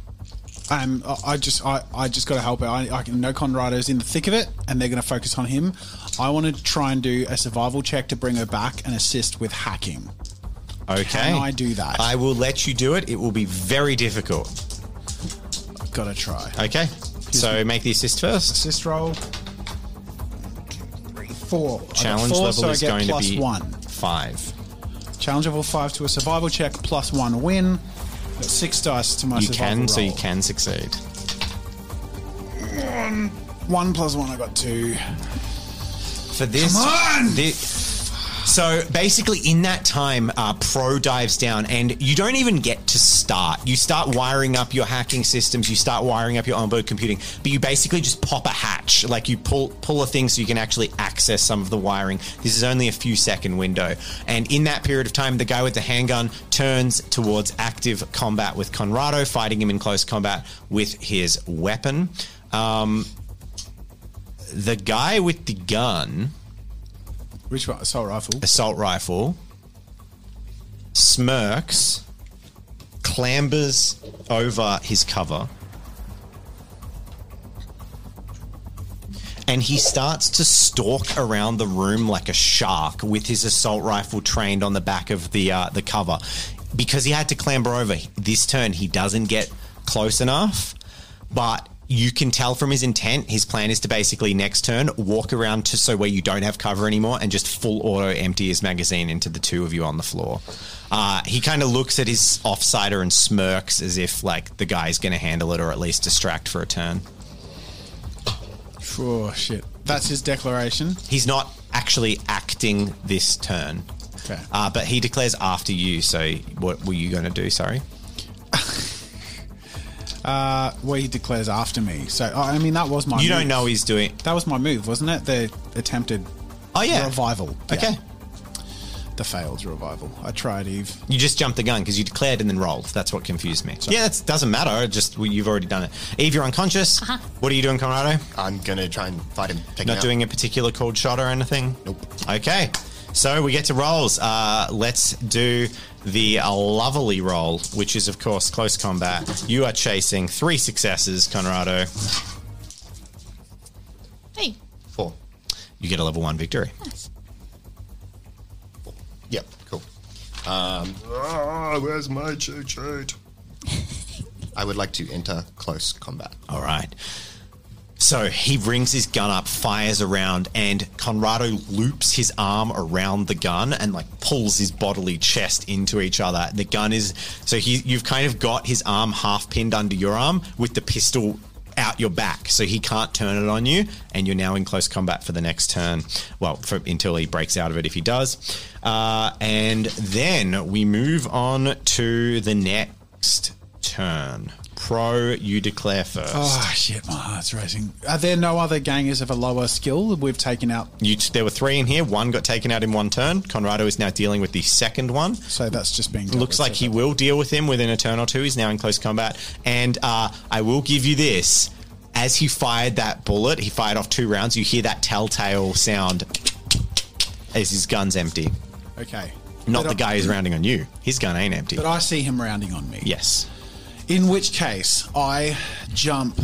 am. I- I just. I. I just got to help out. I, I know Conrado's in the thick of it, and they're going to focus on him. I want to try and do a survival check to bring her back and assist with hacking.
Okay.
Can I do that?
I will let you do it. It will be very difficult.
Got to try.
Okay. So make the assist first.
Assist roll. Three, four. I got
Challenge
four,
level
so I
is
get
going
plus
to be
one.
five.
Challenge level five to a survival check, plus one win. Got six dice to my
You
survival
can, so you
roll.
can succeed.
One plus one, I got two.
For this,
Come on!
thi- so basically, in that time, uh, Pro dives down, and you don't even get to start. You start wiring up your hacking systems. You start wiring up your onboard computing, but you basically just pop a hatch, like you pull pull a thing so you can actually access some of the wiring. This is only a few second window, and in that period of time, the guy with the handgun turns towards active combat with Conrado, fighting him in close combat with his weapon. Um, the guy with the gun
Which one? Assault rifle.
assault rifle, smirks, clambers over his cover, and he starts to stalk around the room like a shark with his assault rifle trained on the back of the uh, the cover. because he had to clamber over this turn, he doesn't get close enough. But you can tell from his intent, his plan is to basically next turn walk around to so where you don't have cover anymore and just full auto empty his magazine into the two of you on the floor. Uh, he kind of looks at his offsider and smirks as if like the guy's going to handle it or at least distract for a turn.
Oh shit! That's his declaration.
He's not actually acting this turn.
Okay.
Uh, but he declares after you. So what were you going to do? Sorry.
Uh, well, he declares after me. So uh, I mean, that was my.
You
move.
don't know he's doing.
That was my move, wasn't it? The attempted
Oh yeah.
revival.
Okay.
Yeah, the failed revival. I tried Eve.
You just jumped the gun because you declared and then rolled. That's what confused me. Yeah, that doesn't matter. It Just well, you've already done it. Eve, you're unconscious. What are you doing, Conrado?
I'm gonna try and fight him. Take him
Not
out.
doing a particular called shot or anything.
Nope.
Okay. So we get to rolls. Uh, let's do the uh, lovely roll, which is of course close combat. You are chasing three successes, Conrado.
Hey,
four.
You get a level one victory.
Yep, cool. Um, ah, where's my cheat sheet? I would like to enter close combat.
All right. So he brings his gun up, fires around, and Conrado loops his arm around the gun and like pulls his bodily chest into each other. The gun is so he you've kind of got his arm half pinned under your arm with the pistol out your back, so he can't turn it on you, and you're now in close combat for the next turn. Well, for, until he breaks out of it, if he does. Uh, and then we move on to the next turn. Pro, you declare first.
Oh
Ah,
shit, my heart's racing.
Are there no other gangers of a lower skill that we've taken out?
You, there were three in here. One got taken out in one turn. Conrado is now dealing with the second one.
So that's just being. dealt
Looks
with
like he
separately.
will deal with him within a turn or two. He's now in close combat. And uh, I will give you this. As he fired that bullet, he fired off two rounds. You hear that telltale sound as his gun's empty.
Okay.
Not
But
the
I-
guy who's rounding on you. His gun ain't empty.
But I see him rounding on me.
Yes.
In which case, I jump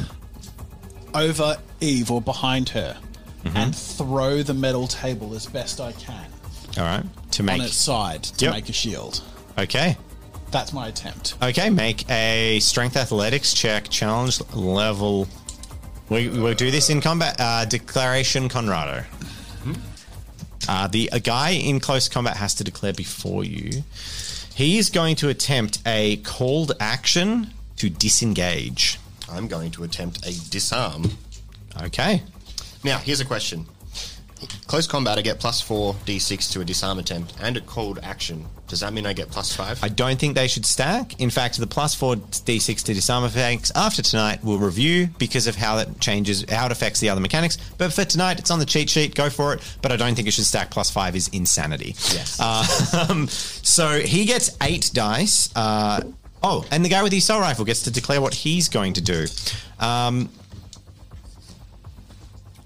over Eve or behind her and throw the metal table as best I can
All right. To
on
make.
its side to
Yep.
make a shield.
Okay.
That's my attempt.
Okay. Make a strength athletics check, challenge level. We, we'll do this in combat. Uh, declaration, Conrado. Uh, the a guy in close combat has to declare before you. He is going to attempt a called action to disengage.
I'm going to attempt a disarm.
Okay.
Now, here's a question. Close combat, I get plus four d6 to a disarm attempt and a cold action. Does that mean I get plus five?
I don't think they should stack. In fact, the plus four d6 to disarm effects after tonight we'll review because of how that changes, how it affects the other mechanics. But for tonight, it's on the cheat sheet. Go for it. But I don't think it should stack. Plus five is insanity.
Yes.
Uh, um, so he gets eight dice. Uh, oh, and the guy with the assault rifle gets to declare what he's going to do. Um,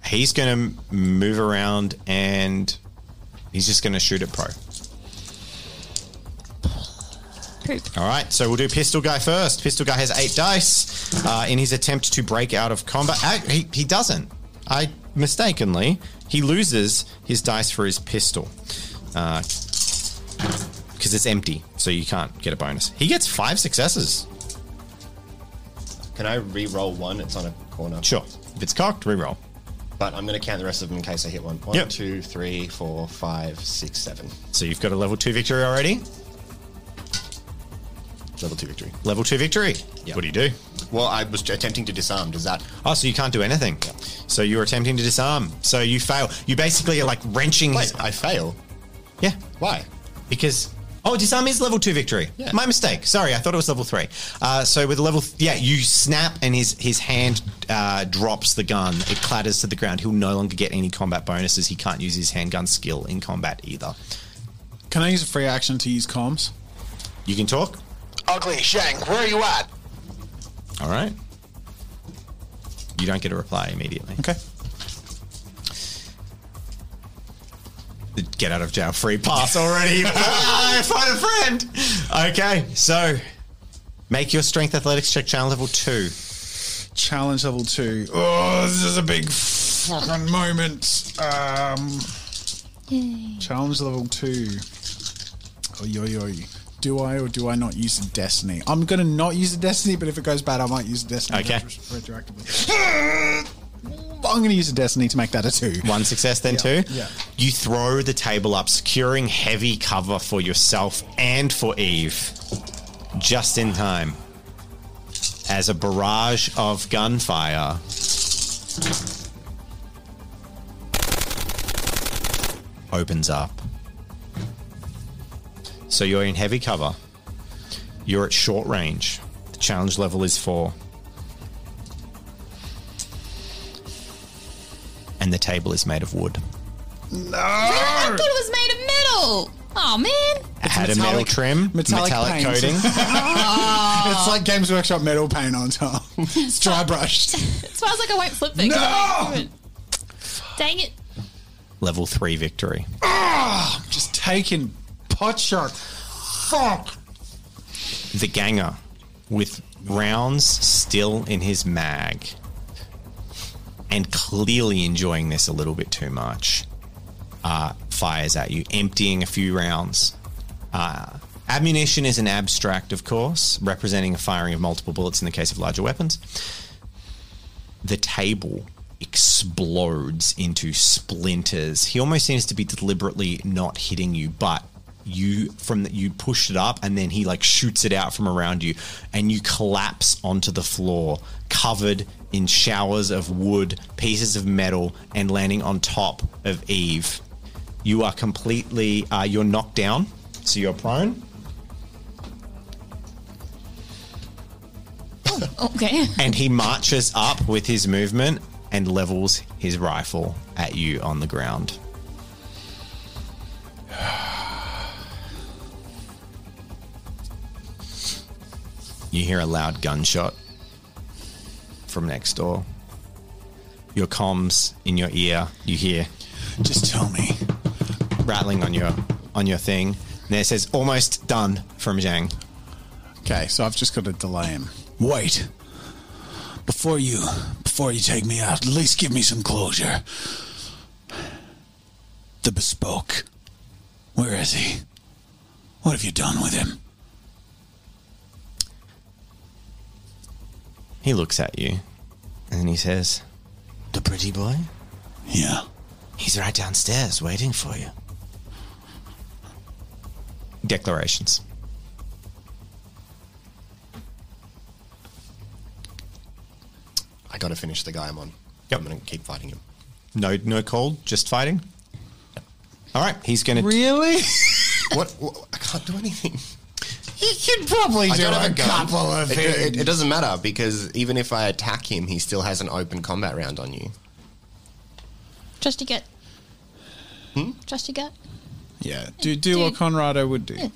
he's going to move around and he's just going to shoot at Pro. All right, so we'll do Pistol Guy first. Pistol Guy has eight dice uh, in his attempt to break out of combat. Ah, he, he doesn't. I mistakenly he loses his dice for his pistol because it's empty, so you can't get a bonus. He gets five successes.
Can I re-roll one? It's on a corner.
Sure, if it's cocked, reroll.
But I'm going to count the rest of them in case I hit one. One,
Yep.
two, three, four, five, six, seven.
So you've got a level two victory already.
Level two victory.
Level two victory.
Yep.
What do you do?
Well, I was attempting to disarm. Does that?
Oh, so you can't do anything. So you're attempting to disarm. So you fail. You basically are like wrenching
Wait,
his.
I fail.
Yeah.
Why?
because oh disarm is level 2 victory
Yeah.
my mistake sorry i thought it was level 3 uh, so with level th- yeah you snap and his his hand uh, drops the gun it clatters to the ground he'll no longer get any combat bonuses he can't use his handgun skill in combat either
Can I use a free action to use comms?
you can talk
Ugly Shank, where are you at?
all right you don't get a reply immediately
Okay.
get out of jail free pass already Bye, find a friend okay so make your strength athletics check channel level 2
Challenge level two. Oh, this is a big fucking moment. Um, Challenge level two. Oh, yo, yo.
do I or do I not use a destiny? I'm gonna not use a destiny, but if it goes bad, I might use a destiny
Okay.
retro- retroactively. I'm gonna use a destiny to make that a two.
One success, then
Yeah,
two.
yeah.
You throw the table up, securing heavy cover for yourself and for Eve, just in time. As a barrage of gunfire. Opens up. So you're in heavy cover. You're at short range. The challenge level is four. And the table is made of wood.
I thought it was made of metal. Oh man.
It had a metal
metallic-
trim,
metallic paint.
coating.
It's like Games Workshop metal paint on top. it's dry brushed.
It smells like I won't flip things.
No!
Dang it.
Level three victory.
Just taking pot shots. Fuck.
The ganger, with rounds still in his mag, and clearly enjoying this a little bit too much, uh, fires at you, emptying a few rounds. Uh, ammunition is an abstract, of course, representing a firing of multiple bullets in the case of larger weapons. the table explodes into splinters. He almost seems to be deliberately not hitting you, but you from the, you pushed it up and then he like shoots it out from around you and you collapse onto the floor covered in showers of wood, pieces of metal and landing on top of Eve. You are completely uh, you're knocked down, so you're prone.
Okay.
and he marches up with his movement and levels his rifle at you on the ground. You hear a loud gunshot from next door. Your comms in your ear, you hear
Just tell me.
rattling on your on your thing. And there says almost done from Zhang.
Okay, so I've just got to delay him.
Wait. Before you before you take me out, at least give me some closure. The bespoke. Where is he? What have you done with him?
He looks at you and he says, The pretty boy?
Yeah.
He's right downstairs waiting for you. Declarations.
I gotta finish the guy I'm on.
Yep.
I'm gonna keep fighting him.
No, no cold, just fighting. All right, he's going to.
Really?
What? what? I can't do anything.
You could probably
I
do
don't
a,
have a gun.
couple of
it,
things.
it- it doesn't matter because even if I attack him, he still has an open combat round on you.
Trust your gut.
Hmm?
Trust your gut.
Yeah. Do do what
Dude.
Conrado would do.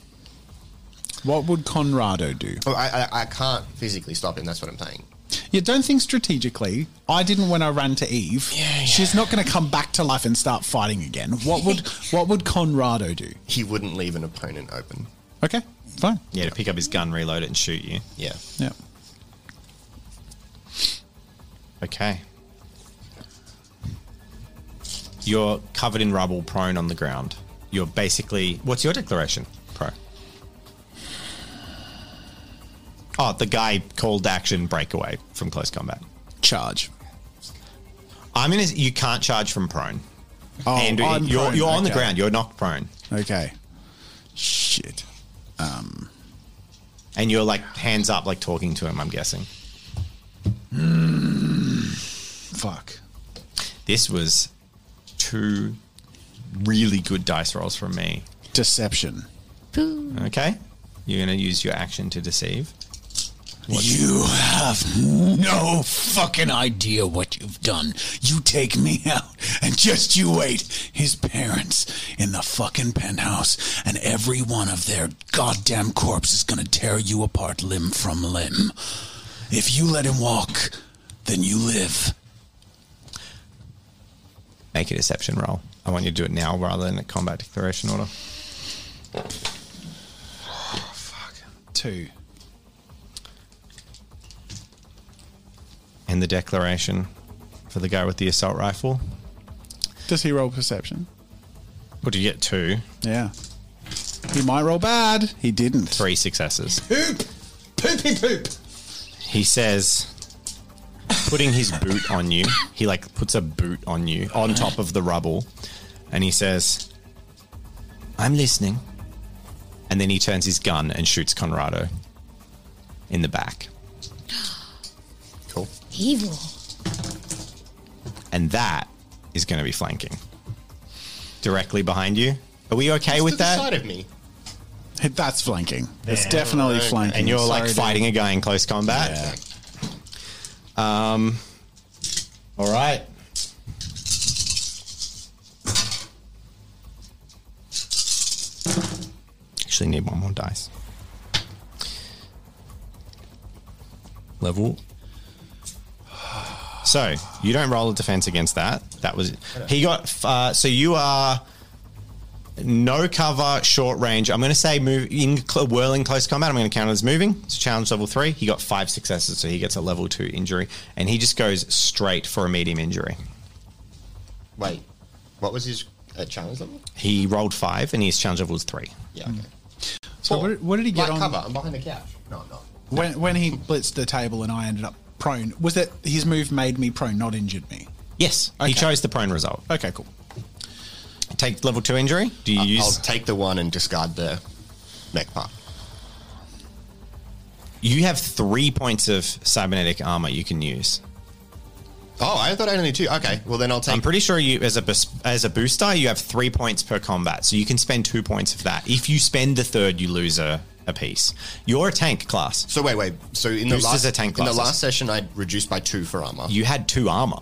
What would Conrado do?
Oh, I, I, I can't physically stop him. That's what I'm saying.
You don't think strategically. I didn't when I ran to Eve. She's not going to come back to life and start fighting again. What would what would Conrado do?
He wouldn't leave an opponent open.
Okay, fine.
Yeah, to pick up his gun, reload it, and shoot you.
Yeah.
Yeah.
Okay. You're covered in rubble, prone on the ground. You're basically. What's your declaration, Pro? Oh, the guy called action breakaway from close combat.
Charge.
I'm in. A, you can't charge from prone.
Oh,
and
I'm
you're,
prone.
you're on the
Okay.
ground. You're knocked prone,
Okay. Shit.
and you're like hands up, like talking to him. I'm guessing
Fuck.
this was two really good dice rolls from me.
Deception.
Okay, you're gonna use your action to deceive.
You have no fucking idea what you've done. You take me out, and just you wait. His parents in the fucking penthouse, and every one of their goddamn corpse is gonna tear you apart limb from limb. If you let him walk, then you live.
Make a deception roll. I want you to do it now rather than at combat declaration order.
Two.
And the declaration for the guy with the assault rifle.
Does he roll perception?
What do you get? Two.
Yeah.
He might roll bad. He didn't.
Three successes.
Poop. Poopy poop.
He says, putting his boot on you. He like puts a boot on you on top of the rubble, and he says, "I'm listening." And then he turns his gun and shoots Conrado in the back.
Cool.
Evil.
and that is going to be flanking. Directly behind you. Are we okay
Just to
with
the
that?
side of me.
That's flanking. It's definitely
Okay.
flanking.
and you're
Sorry,
like
dude.
fighting a guy in close combat. Um. All right. Actually, need one more dice. Level. So you don't roll a defense against that. That was he got. Uh, so you are no cover, short range. I'm going to say move in cl- whirling close combat. I'm going to count it as moving. It's challenge level three. He got five successes, so he gets a level two injury, and he just goes straight for a medium injury.
Wait, what was his uh, challenge level?
He rolled five, and his challenge level was three.
Yeah. Okay.
So what, what did he get
Light
on?
cover. I'm behind the couch. No, no.
When, when he blitzed the table and I ended up prone, was it his move made me prone, not injured me?
Yes, he chose the prone result.
Okay, cool. Uh,
Take level two injury. Do you
I'll
use?
take the one and discard the neck part.
you have three points of cybernetic armor you can use.
Oh, I thought I only two. Okay, well then I'll take.
I'm pretty sure you, as a bus- as a booster, you have three points per combat, so you can spend two points of that. If you spend the third, you lose a, a piece. You're a tank class.
so wait, wait. So in the
Boosters
last
are tank
in the
classes.
last session, I reduced by two for armor.
You had two armor.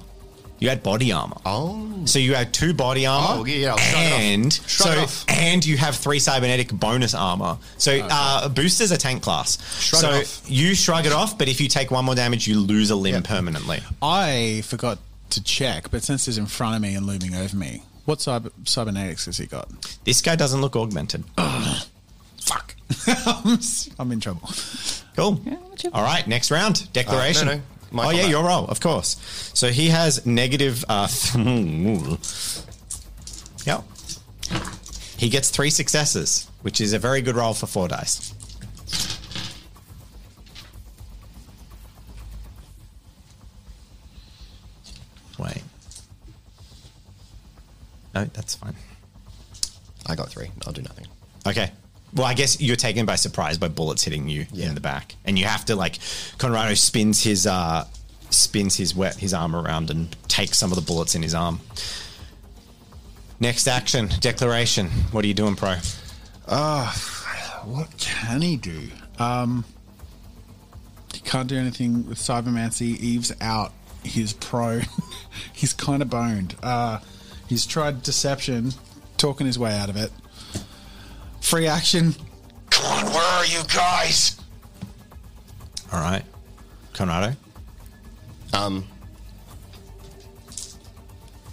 You had body armor.
oh,
So you had two body armor.
Oh, yeah, yeah, I'll shrug it off.
and
Shrug it
so
off.
and you have three cybernetic bonus armor. So uh, boosters are tank class.
Shrug
so
it off.
you shrug it off, but if you take one more damage, you lose a limb
Yeah.
permanently.
I forgot to check, but since it's in front of me and looming over me, what cyber, cybernetics has he got?
This guy doesn't look augmented.
Fuck. I'm, s- I'm in trouble.
Cool. All right, next round. Declaration.
Uh, no, no. My
oh, yeah,
combat.
your roll, of course. So he has negative. Uh, yep. He gets three successes, which is a very good roll for four dice. Wait. No, that's fine.
I got three. I'll do nothing.
Okay. Well, I guess you're taken by surprise by bullets hitting you
Yeah.
in the back, and you have to like. Conrado spins his uh, spins his wet his arm around and takes some of the bullets in his arm. Next action, declaration. What are you doing, pro?
What can he do? Um, he can't do anything with cybermancy. Eve's out. He's prone. he's kind of boned. Uh, he's tried deception, talking his way out of it. Free action.
God, where are you guys?
All right, Conrado.
Um,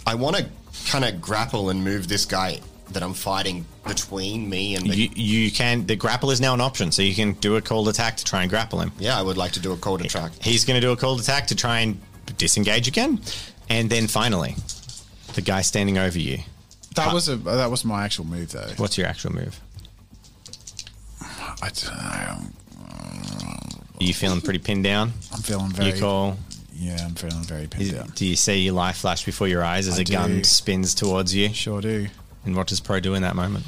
I want to kind of grapple and move this guy that I'm fighting between me and the.
You you can the grapple is now an option, so you can do a cold attack to try and grapple him.
yeah, I would like to do a cold attack.
He's going to do a cold attack to try and disengage again, and then finally, the guy standing over you.
That was a that was my actual move though.
What's your actual move?
I don't know.
Are you feeling pretty pinned down?
I'm feeling very.
you call.
Yeah, I'm feeling very pinned
Is-
down.
Do you see your life flash before your eyes as a
I do.
gun spins towards you?
Sure do.
And what does Pro do in that moment?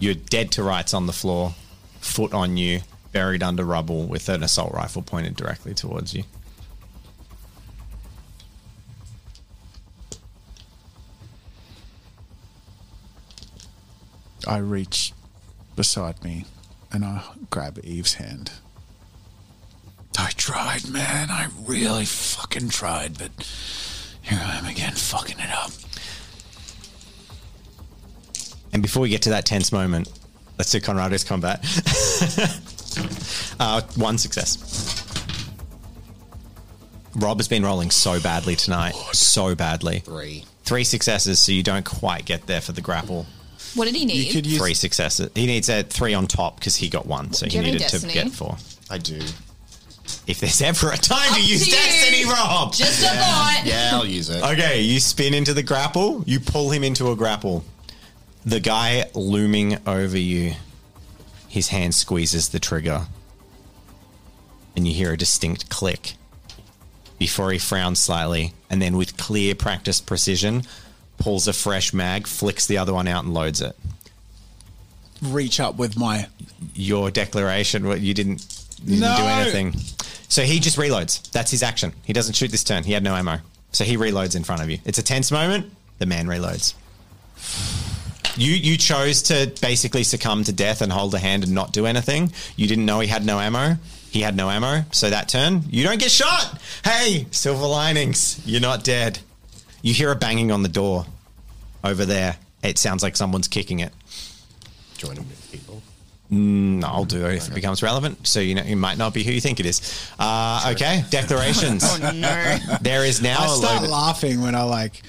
You're dead to rights on the floor, foot on you, buried under rubble with an assault rifle pointed directly towards you.
I reach beside me and I grab Eve's hand.
I tried, man. I really fucking tried, but here I am again, fucking it up.
And before we get to that tense moment, let's do Conrado's combat. uh, one success. Rob has been rolling so badly tonight.
Oh,
So badly.
Three.
Three successes, so you don't quite get there for the grapple.
What did he need?
could use
Three successes. He needs a three on top because he got one, so
Do
he
you have any
needed to
destiny?
get four.
I do.
If there's ever a time
Up
to use
to you.
destiny, Rob.
Just a thought.
Yeah, I'll use it.
Okay, you spin into the grapple. You pull him into a grapple. The guy looming over you, his hand squeezes the trigger, and you hear a distinct click before he frowns slightly, and then with clear practice precision, pulls a fresh mag, flicks the other one out, and loads it.
Reach up with my.
Your declaration, what you didn't, you didn't do
No.
anything. So he just reloads. That's his action. He doesn't shoot this turn. He had no ammo. So he reloads in front of you. It's a tense moment. The man reloads. You you chose to basically succumb to death and hold a hand and not do anything. You didn't know he had no ammo. He had no ammo. So that turn, you don't get shot. Hey, silver linings. You're not dead. You hear a banging on the door over there. It sounds like someone's kicking it.
Join him with people.
No, I'll do it if it becomes relevant. So you know, it might not be who you think it is. Uh, okay, declarations.
Oh no.
There is now.
I
a
start
Oh, loaded-
laughing when I like.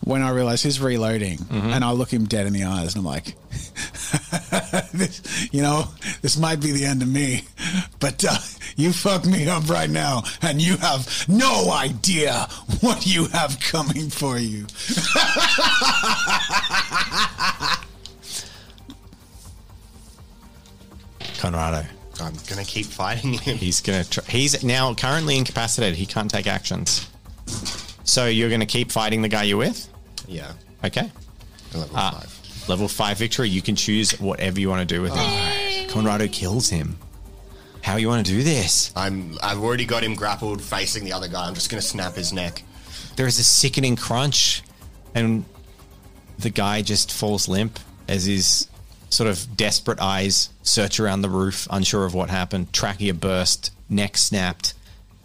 When I realize he's reloading,
Mm-hmm.
and I look him dead in the eyes, and I'm like, this, "You know, this might be the end of me, but uh, you fuck me up right now, and you have no idea what you have coming for you."
Conrado.
I'm gonna keep fighting him.
He's gonna. Tr- he's now currently incapacitated. He can't take actions. So you're gonna keep fighting the guy you're with.
Yeah.
Okay.
Level
Uh,
five.
level five victory. You can choose whatever you want to do with him. Conrado kills him. How you want to do this?
I'm. I've already got him grappled, facing the other guy. I'm just gonna snap his neck.
there is a sickening crunch, and the guy just falls limp as his sort of desperate eyes search around the roof, unsure of what happened. Trachea burst, neck snapped.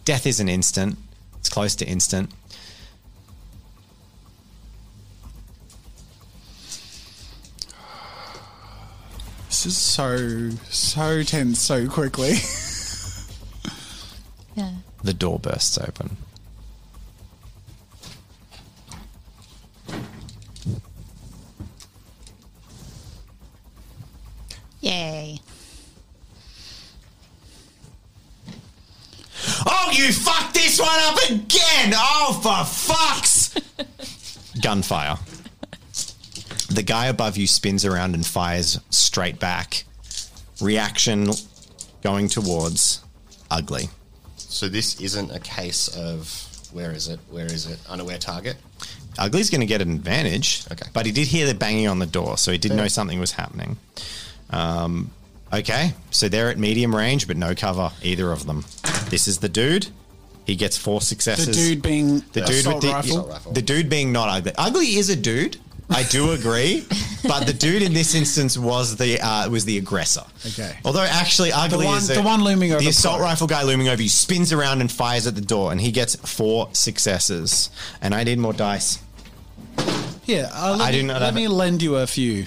Death is an instant. It's close to instant.
This is so so tense so quickly.
Yeah.
The door bursts open.
Yay.
Oh, you fucked this one up again! Oh, for fucks! Gunfire. The guy above you spins around and fires straight back. Reaction going towards ugly.
So this isn't a case of where is it? Where is it? Unaware target.
Ugly's going to get an advantage.
Okay.
But he did hear the banging on the door, so he did know something was happening. Um, okay. So they're at medium range, but no cover, either of them. This is the dude. He gets four
the
successes.
dude being
the dude with the
rifle.
assault rifle.
the dude being not ugly. Ugly is a dude. I do agree, but the dude in this instance was the uh, was the aggressor.
Okay.
Although actually, ugly
one-
is a-
the one looming over
the assault
Pro.
rifle guy looming over you spins around and fires at the door, and he gets four successes. And I need more dice.
Yeah, uh, let
I
me,
do not
Let
have
me
it.
lend you a few.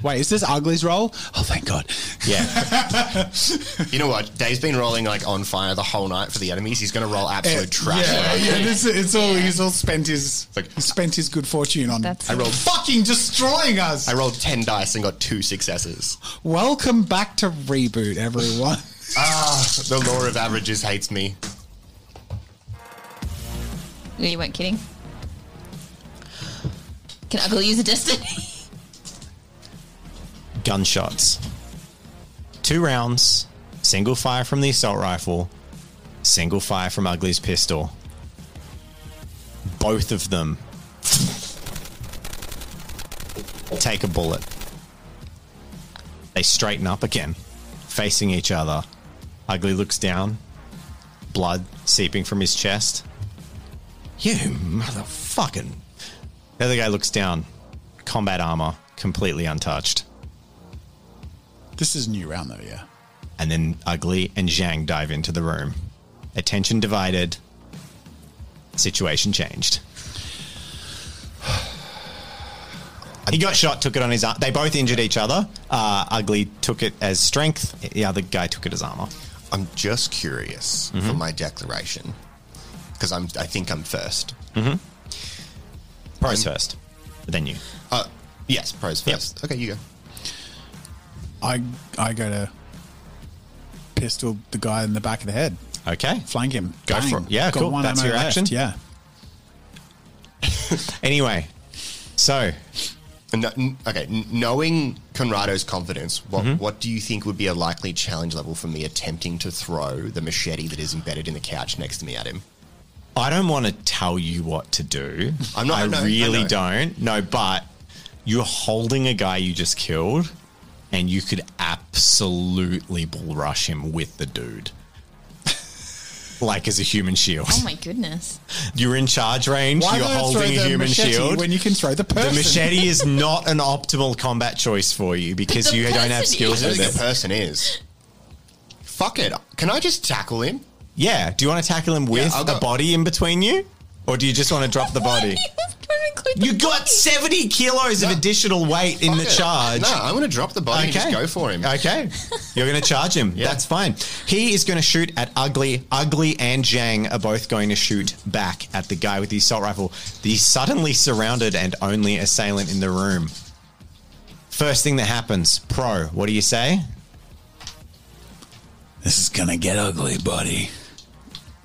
Wait, is this Ugly's roll? Oh, thank God.
Yeah.
You know what? Day's been rolling like on fire the whole night for the enemies. He's gonna roll absolute
Eh,
trash.
Yeah, yeah. This, it's all he's all spent his
Like-
spent his good fortune on.
That's
I rolled.
fucking destroying us.
I rolled ten dice and got two successes.
Welcome back to reboot, everyone.
Ah.
The law of averages hates me.
No, you weren't kidding. Can Ugly use a destiny?
gunshots. Two rounds, single fire from the assault rifle, single fire from Ugly's pistol. Both of them take a bullet. They straighten up again, facing each other. Ugly looks down, blood seeping from his chest. You motherfucking. The other guy looks down, combat armor completely untouched.
this is new round though, yeah.
and then Ugly and Zhang dive into the room. Attention divided. Situation changed. He got shot, took it on his arm. They both injured each other. Uh, Ugly took it as strength. The other guy took it as armor.
I'm just curious
Mm-hmm.
for my declaration because I'm. I think I'm first.
Pros first, then you.
Uh, yes, pros
Yep.
first. Okay, you go.
I I go to pistol the guy in the back of the head,
Okay.
flank him.
Go
Bang.
for it. Yeah,
Got
cool.
One
That's
ammo
your
left,
action.
Yeah.
Anyway, so
And that- n- okay, n- knowing Conrado's confidence, what
Mm-hmm.
what do you think would be a likely challenge level for me attempting to throw the machete that is embedded in the couch next to me at him?
I don't want to tell you what to do.
I'm not-
I
I know, I
really
know.
don't. No, but you're holding a guy you just killed, and you could absolutely bull rush him with the dude, like as a human shield.
Oh my goodness.
You're in charge range.
Why
you're
not
holding
throw
a
the
human
machete
shield.
when you can throw the
the
person?
machete is not an optimal combat choice for you because
the
you don't have
person
skills
I don't
with
think the
it.
person is. Fuck it. Can I just tackle him?
Yeah. Do you want to tackle him with
I'll
a
go-
body in between you, or do you just want to drop the body? You got 70 kilos of
No.
additional weight in
Fuck
the
it.
charge.
No, I'm going to drop the body and just go for him.
Okay. You're going to charge him.
Yeah.
That's fine. He is going to shoot at Ugly. Ugly and Jang are both going to shoot back at the guy with the assault rifle, the suddenly surrounded and only assailant in the room. First thing that happens, Pro, what do you say?
This is gonna get ugly, buddy.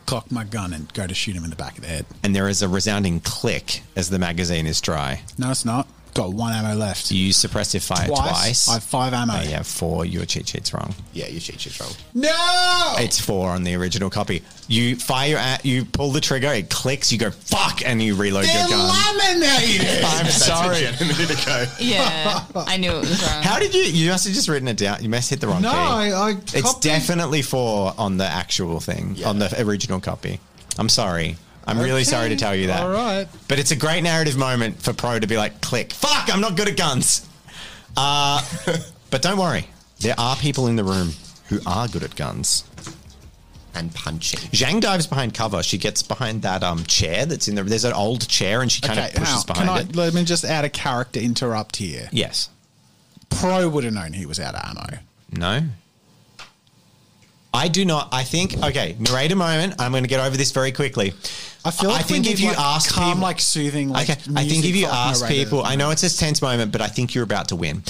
Cock my gun and go to shoot him in the back of the head.
And there is a resounding click as the magazine is dry.
No, it's not. Got one ammo left.
Do you use suppressive fire twice?
I have five ammo.
Oh, yeah, four. Your cheat sheet's wrong.
Yeah, you cheat. You're wrong.
No!
It's four on the original copy. You fire at, you pull the trigger, it clicks, you go fuck, and you reload
They're
your gun.
laminated!
I'm sorry.
A minute ago.
Yeah, I knew it was wrong.
How did you? You must have just written it down. You must hit the wrong
No,
key.
I- I
it's
copied-
definitely four on the actual thing, on the original copy. I'm sorry. I'm really sorry to
Okay,
tell you that.
all right.
But it's a great narrative moment for Pro to be like, click, fuck, I'm not good at guns. Uh, but don't worry. There are people in the room who are good at guns.
And punching.
Zhang dives behind cover. She gets behind that um chair that's in there. There's an old chair and she kind
Okay,
of pushes
now, can
behind
I,
it.
let me just add a character interrupt here.
yes.
Pro would have known he was out of ammo.
No. I do not. I think. Okay, narrate a moment. I'm going to get over this very quickly.
I feel like
I think
we
if
need,
you
like,
ask
calm,
people,
like soothing, like
okay, I think
music
if you
for
ask
narrator.
people, I know it's a tense moment, but I think you're about to win.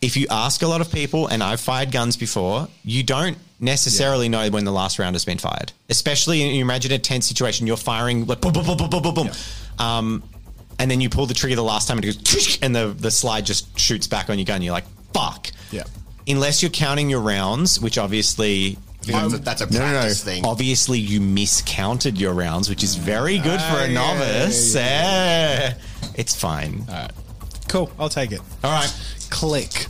If you ask a lot of people, and I've fired guns before, you don't necessarily know when the last round has been fired. Especially in you imagine a tense situation, you're firing like boom, boom, boom, boom, boom, boom, boom. Um, and then you pull the trigger the last time, and it goes, "Tsh," and the the slide just shoots back on your gun. You're like, fuck.
Yeah.
Unless you're counting your rounds, which obviously
That's a, that's a
no, no, no.
practice thing.
Obviously, you miscounted your rounds, which is very good
Ah,
for a novice. Eh. It's fine. All right.
Cool, I'll take it. Click.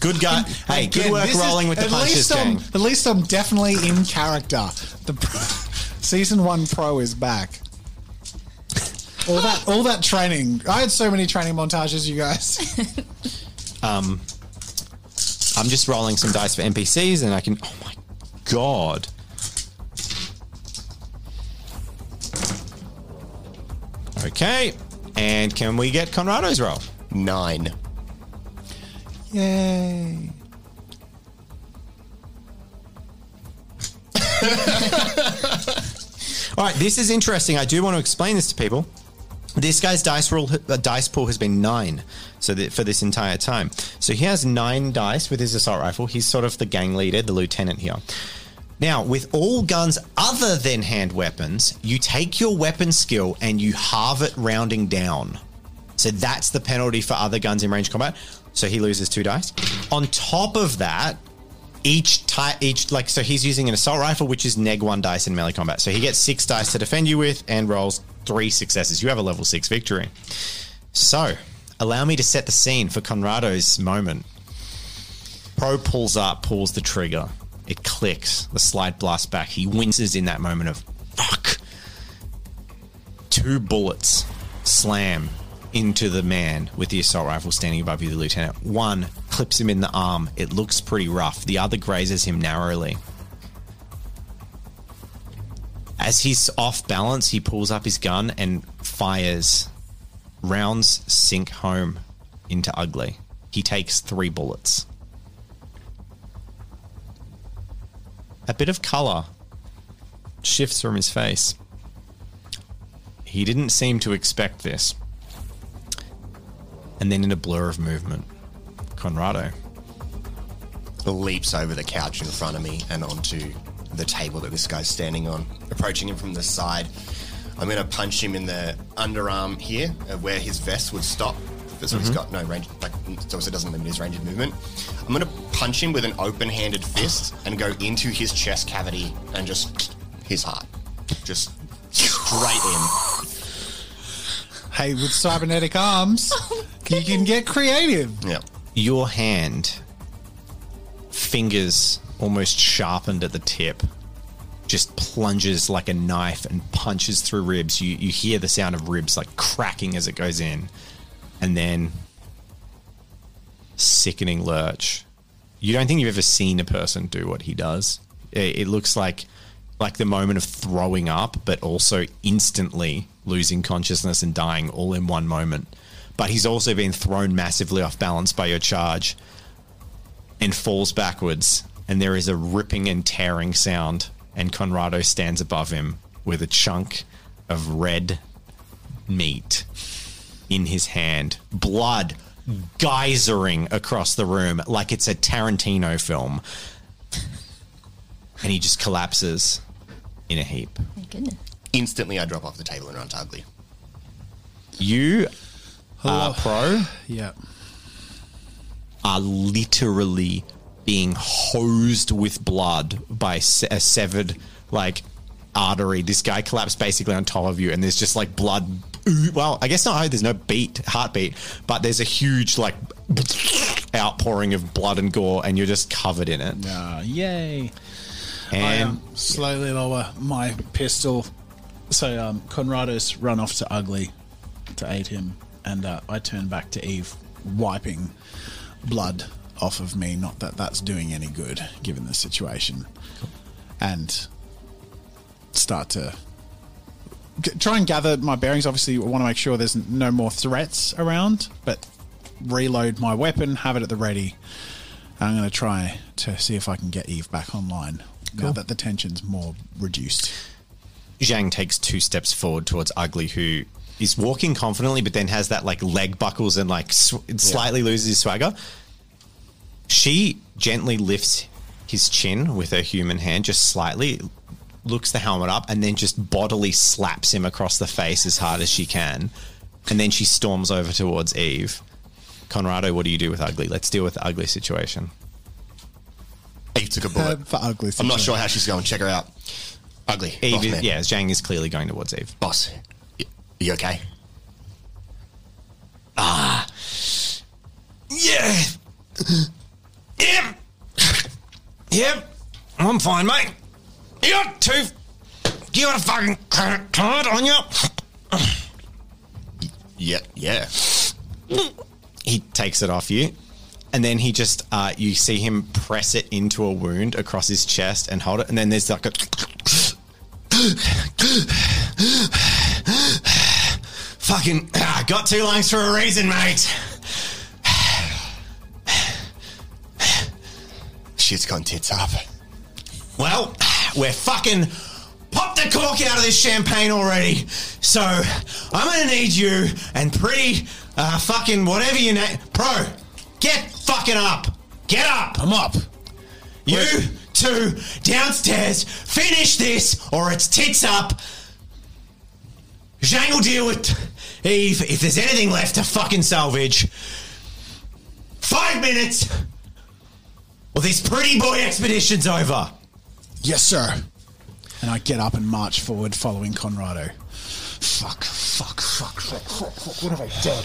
Good guy. Hey, good
Again,
work
this is-
rolling with the
at
punches,
least I'm-
gang.
At least I'm definitely in character. The pro, season one pro is back. All that, all that training. I had so many training montages, you guys.
I'm just rolling some dice for NPCs, and I can. Oh my god. Okay. And can we get Conrado's roll?
Nine.
Yay!
All right, this is interesting. I do want to explain this to people. This guy's dice roll, uh, dice pool has been nine, so that for this entire time. So he has nine dice with his assault rifle. He's sort of the gang leader, the lieutenant here. Now, with all guns other than hand weapons, you take your weapon skill and you halve it, rounding down. So that's the penalty for other guns in range combat. So he loses two dice. On top of that, each type, each like, so he's using an assault rifle, which is neg one dice in melee combat. So he gets six dice to defend you with and rolls three successes. You have a level six victory. So allow me to set the scene for Conrado's moment. Pro pulls up, pulls the trigger. It clicks. The slide blasts back. He winces in that moment of fuck two bullets slam into the man with the assault rifle standing above you, the lieutenant. One clips him in the arm. It looks pretty rough. The other grazes him narrowly. As he's off balance, he pulls up his gun and fires. Rounds sink home into Ugly. He takes three bullets. A bit of color shifts from his face. He didn't seem to expect this. And then in a blur of movement, Conrado.
leaps over the couch in front of me and onto the table that this guy's standing on, approaching him from the side. I'm going to punch him in the underarm here, uh, where his vest would stop, That's
Mm-hmm.
what he's got. No range. Like, so it doesn't limit his range of movement. I'm going to punch him with an open-handed fist and go into his chest cavity and just his heart, just straight
Hey, with cybernetic arms, you can get creative.
in. Yeah.
Your hand, fingers almost sharpened at the tip, just plunges like a knife and punches through ribs. You you hear the sound of ribs like cracking as it goes in, and then sickening lurch. You don't think you've ever seen a person do what he does. It, it looks like like the moment of throwing up, but also instantly losing consciousness and dying all in one moment. But he's also been thrown massively off balance by your charge and falls backwards, and there is a ripping and tearing sound, and Conrado stands above him with a chunk of red meat in his hand, blood geysering across the room like it's a Tarantino film. And he just collapses in a heap.
My goodness.
Instantly, I drop off the table and run to Ugly.
You, uh, pro,
Yeah.
are literally being hosed with blood by se- a severed like artery. This guy collapsed basically on top of you, and there's just like blood. oo- Well, I guess not. oh, There's no beat, heartbeat, but there's a huge like outpouring of blood and gore, and you're just covered in it.
Uh, yay. I
And
um, slowly lower my pistol. So um, Conrado's run off to Ugly to aid him, and uh, I turn back to Eve, wiping blood off of me. Not that that's doing any good given the situation, and start to g- try and gather my bearings. Obviously, I want to make sure there's n- no more threats around, but reload my weapon, have it at the ready. I'm going to try to see if I can get Eve back online now that the tension's more reduced.
Zhang takes two steps forward towards Ugly, who is walking confidently, but then has that like leg buckles and like sw- slightly loses his swagger. She gently lifts his chin with her human hand, just slightly, looks the helmet up, and then just bodily slaps him across the face as hard as she can. And then she storms over towards Eve. Conrado, what do you do with Ugly? Let's deal with the Ugly situation.
Eve took a
Uh,
bullet.
Uh, for ugly
I'm not sure how she's going. Check her out. Ugly.
Eve,
boss
is,
Oh, man.
yeah, Zhang is clearly going towards Eve.
Boss, y- you okay?
Ah. Yeah. Yep. Yep. I'm fine, mate. You got two. You got a fucking credit card on you?
Yeah, yeah.
He takes it off you. And then he just, uh, you see him press it into a wound across his chest and hold it. And then there's like a. fucking. ah, got two lungs for a reason, mate.
Shit's gone tits up.
Well, we're fucking popped the cork out of this champagne already. So I'm gonna need you and pretty uh, fucking whatever you name, pro. Get fucking up. Get up.
I'm up.
You two downstairs. Finish this, or it's tits up. Zhang will deal with Eve if there's anything left to fucking salvage. Five minutes, or this pretty boy expedition's over.
Yes, sir. And I get up and march forward, following Conrado. Fuck, fuck, fuck, fuck, fuck, fuck. What have I done?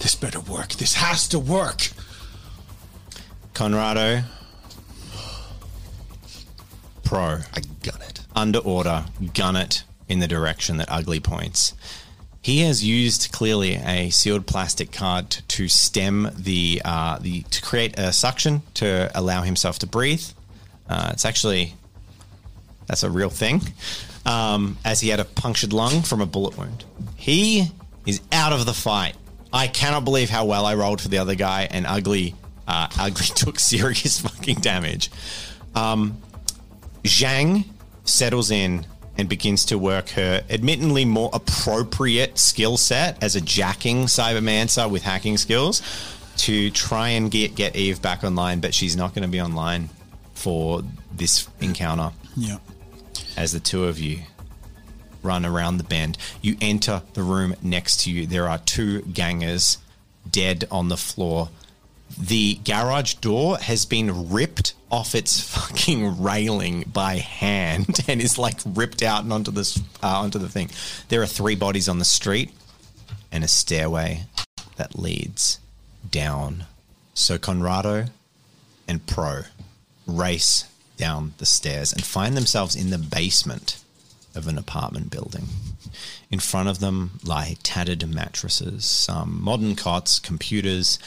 This better work. This has to work.
Conrado. Pro.
I got it.
Under order, gun it in the direction that Ugly points. He has used clearly a sealed plastic card t- to stem the, uh, the to create a suction to allow himself to breathe. Uh, it's actually that's a real thing. Um, as he had a punctured lung from a bullet wound. He is out of the fight. I cannot believe how well I rolled for the other guy, and Ugly, uh, Ugly took serious fucking damage. Um, Zhang settles in and begins to work her admittedly more appropriate skill set as a jacking cybermancer with hacking skills to try and get, get Eve back online, but she's not going to be online for this encounter
Yeah.
as the two of you run around the bend. You enter the room next to you. There are two gangers dead on the floor. The garage door has been ripped off its fucking railing by hand and is like ripped out and onto this uh, onto the thing. There are three bodies on the street and a stairway that leads down. So Conrado and Pro race down the stairs and find themselves in the basement of an apartment building. In front of them lie tattered mattresses, some modern cots, computers,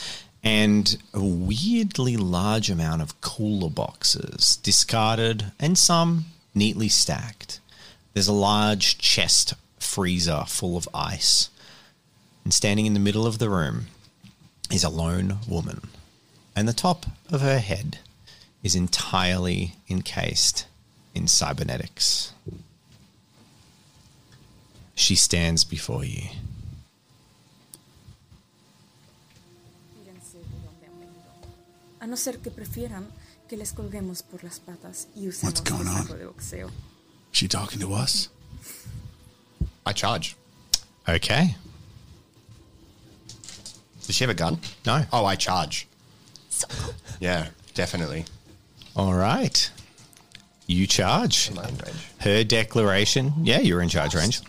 and a weirdly large amount of cooler boxes, discarded and some neatly stacked. There's a large chest freezer full of ice. And standing in the middle of the room is a lone woman, and the top of her head is entirely encased in cybernetics. She stands before you.
Fíjense de dónde han venido. A no ser que prefieran que les colguemos por las patas y usemos
What's going
el
on?
saco de boxeo.
She talking to us?
I charge.
Okay.
Does she have a gun?
No.
Oh, I charge. Yeah, definitely.
All right. You charge.
Am I in range?
Her declaration. Yeah, you're in charge range.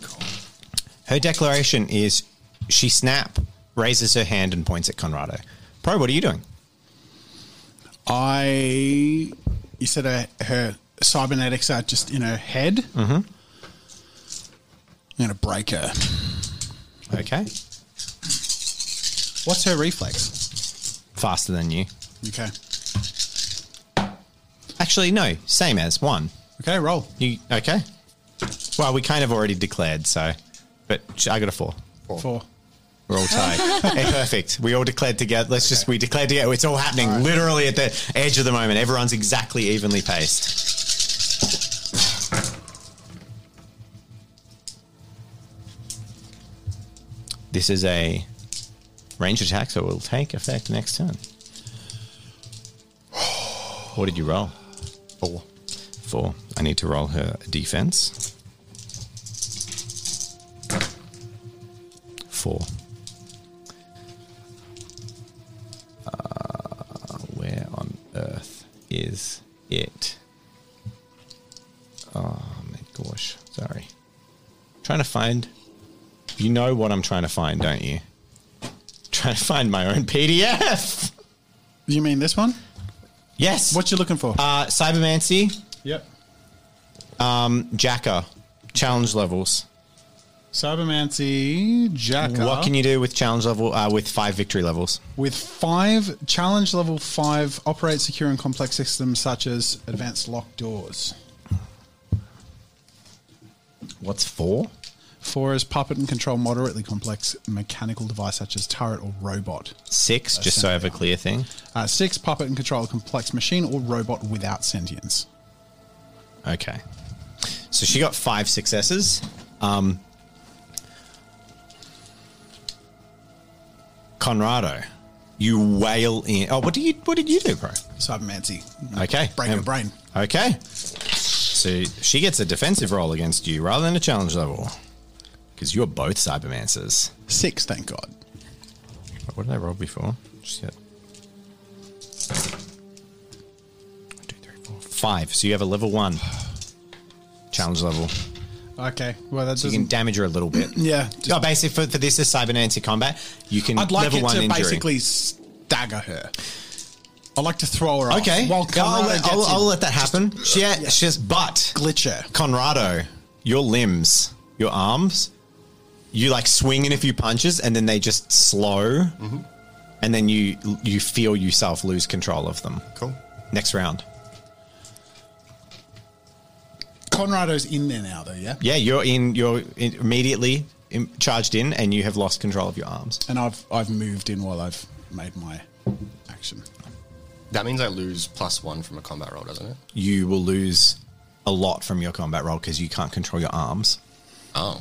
Her declaration is she snap, raises her hand and points at Conrado. Pro, what are you doing?
I. You said her, her cybernetics are just in her head. Mm-hmm. I'm going to break her.
Okay.
What's her reflex?
Faster than you.
Okay.
Actually, no, same as one.
Okay, roll.
You okay? Well, we kind of already declared, so but sh- I got a four.
Four.
We're all tied. hey, perfect. We all declared together. Let's just we declared together. It's all happening literally at the edge of the moment. Everyone's exactly evenly paced. This is a range attack, so it will take effect next turn. What did you roll? Four. Four. I need to roll her defense. Four. Uh, where on earth is it? Oh my gosh, sorry. Trying to find. You know what I'm trying to find, don't you? Trying to find my own PDF.
You mean this one?
Yes.
What you looking for?
Uh, Cybermancy,
yep.
Jacker, challenge levels.
Cybermancy Jacker.
What can you do with challenge level uh, with five victory levels?
With five challenge level five, operate secure and complex systems such as advanced lock doors.
What's four?
Four is puppet and control moderately complex mechanical device such as turret or robot.
Six, just so I have a clear thing.
Uh, six, puppet and control a complex machine or robot without sentience.
Okay. So she got five successes. Um, Conrado, you wail in. Oh, what do you? What did you do, bro?
Cybermancy.
Okay,
Brain
Um,
your brain.
Okay. So she gets a defensive roll against you rather than a challenge level because you're both cybermancers.
Six, thank God.
What did I roll before? Just yet. One, two, three, four, Five. So you have a level one challenge level.
Okay. Well, that
So you
doesn't.
can damage her a little bit.
yeah.
oh, basically for, for this is cybernetic combat. You can
I'd like
level
it
one
to
injury.
basically stagger her. I'd like to throw her
okay.
off. While
I'll,
Conrado
let,
gets
I'll,
in. uh,
I'll let that happen. She, she has but
glitch her.
Conrado, your limbs, your arms, you like swing in a few punches and then they just slow,
Mm-hmm.
and then you you feel yourself lose control of them.
Cool.
Next round.
Conrado's in there now, though, yeah?
Yeah, you're in. You're in, immediately in, charged in, and you have lost control of your arms.
And I've I've moved in while I've made my action.
That means I lose plus one from a combat roll, doesn't it?
You will lose a lot from your combat roll because you can't control your arms.
Oh.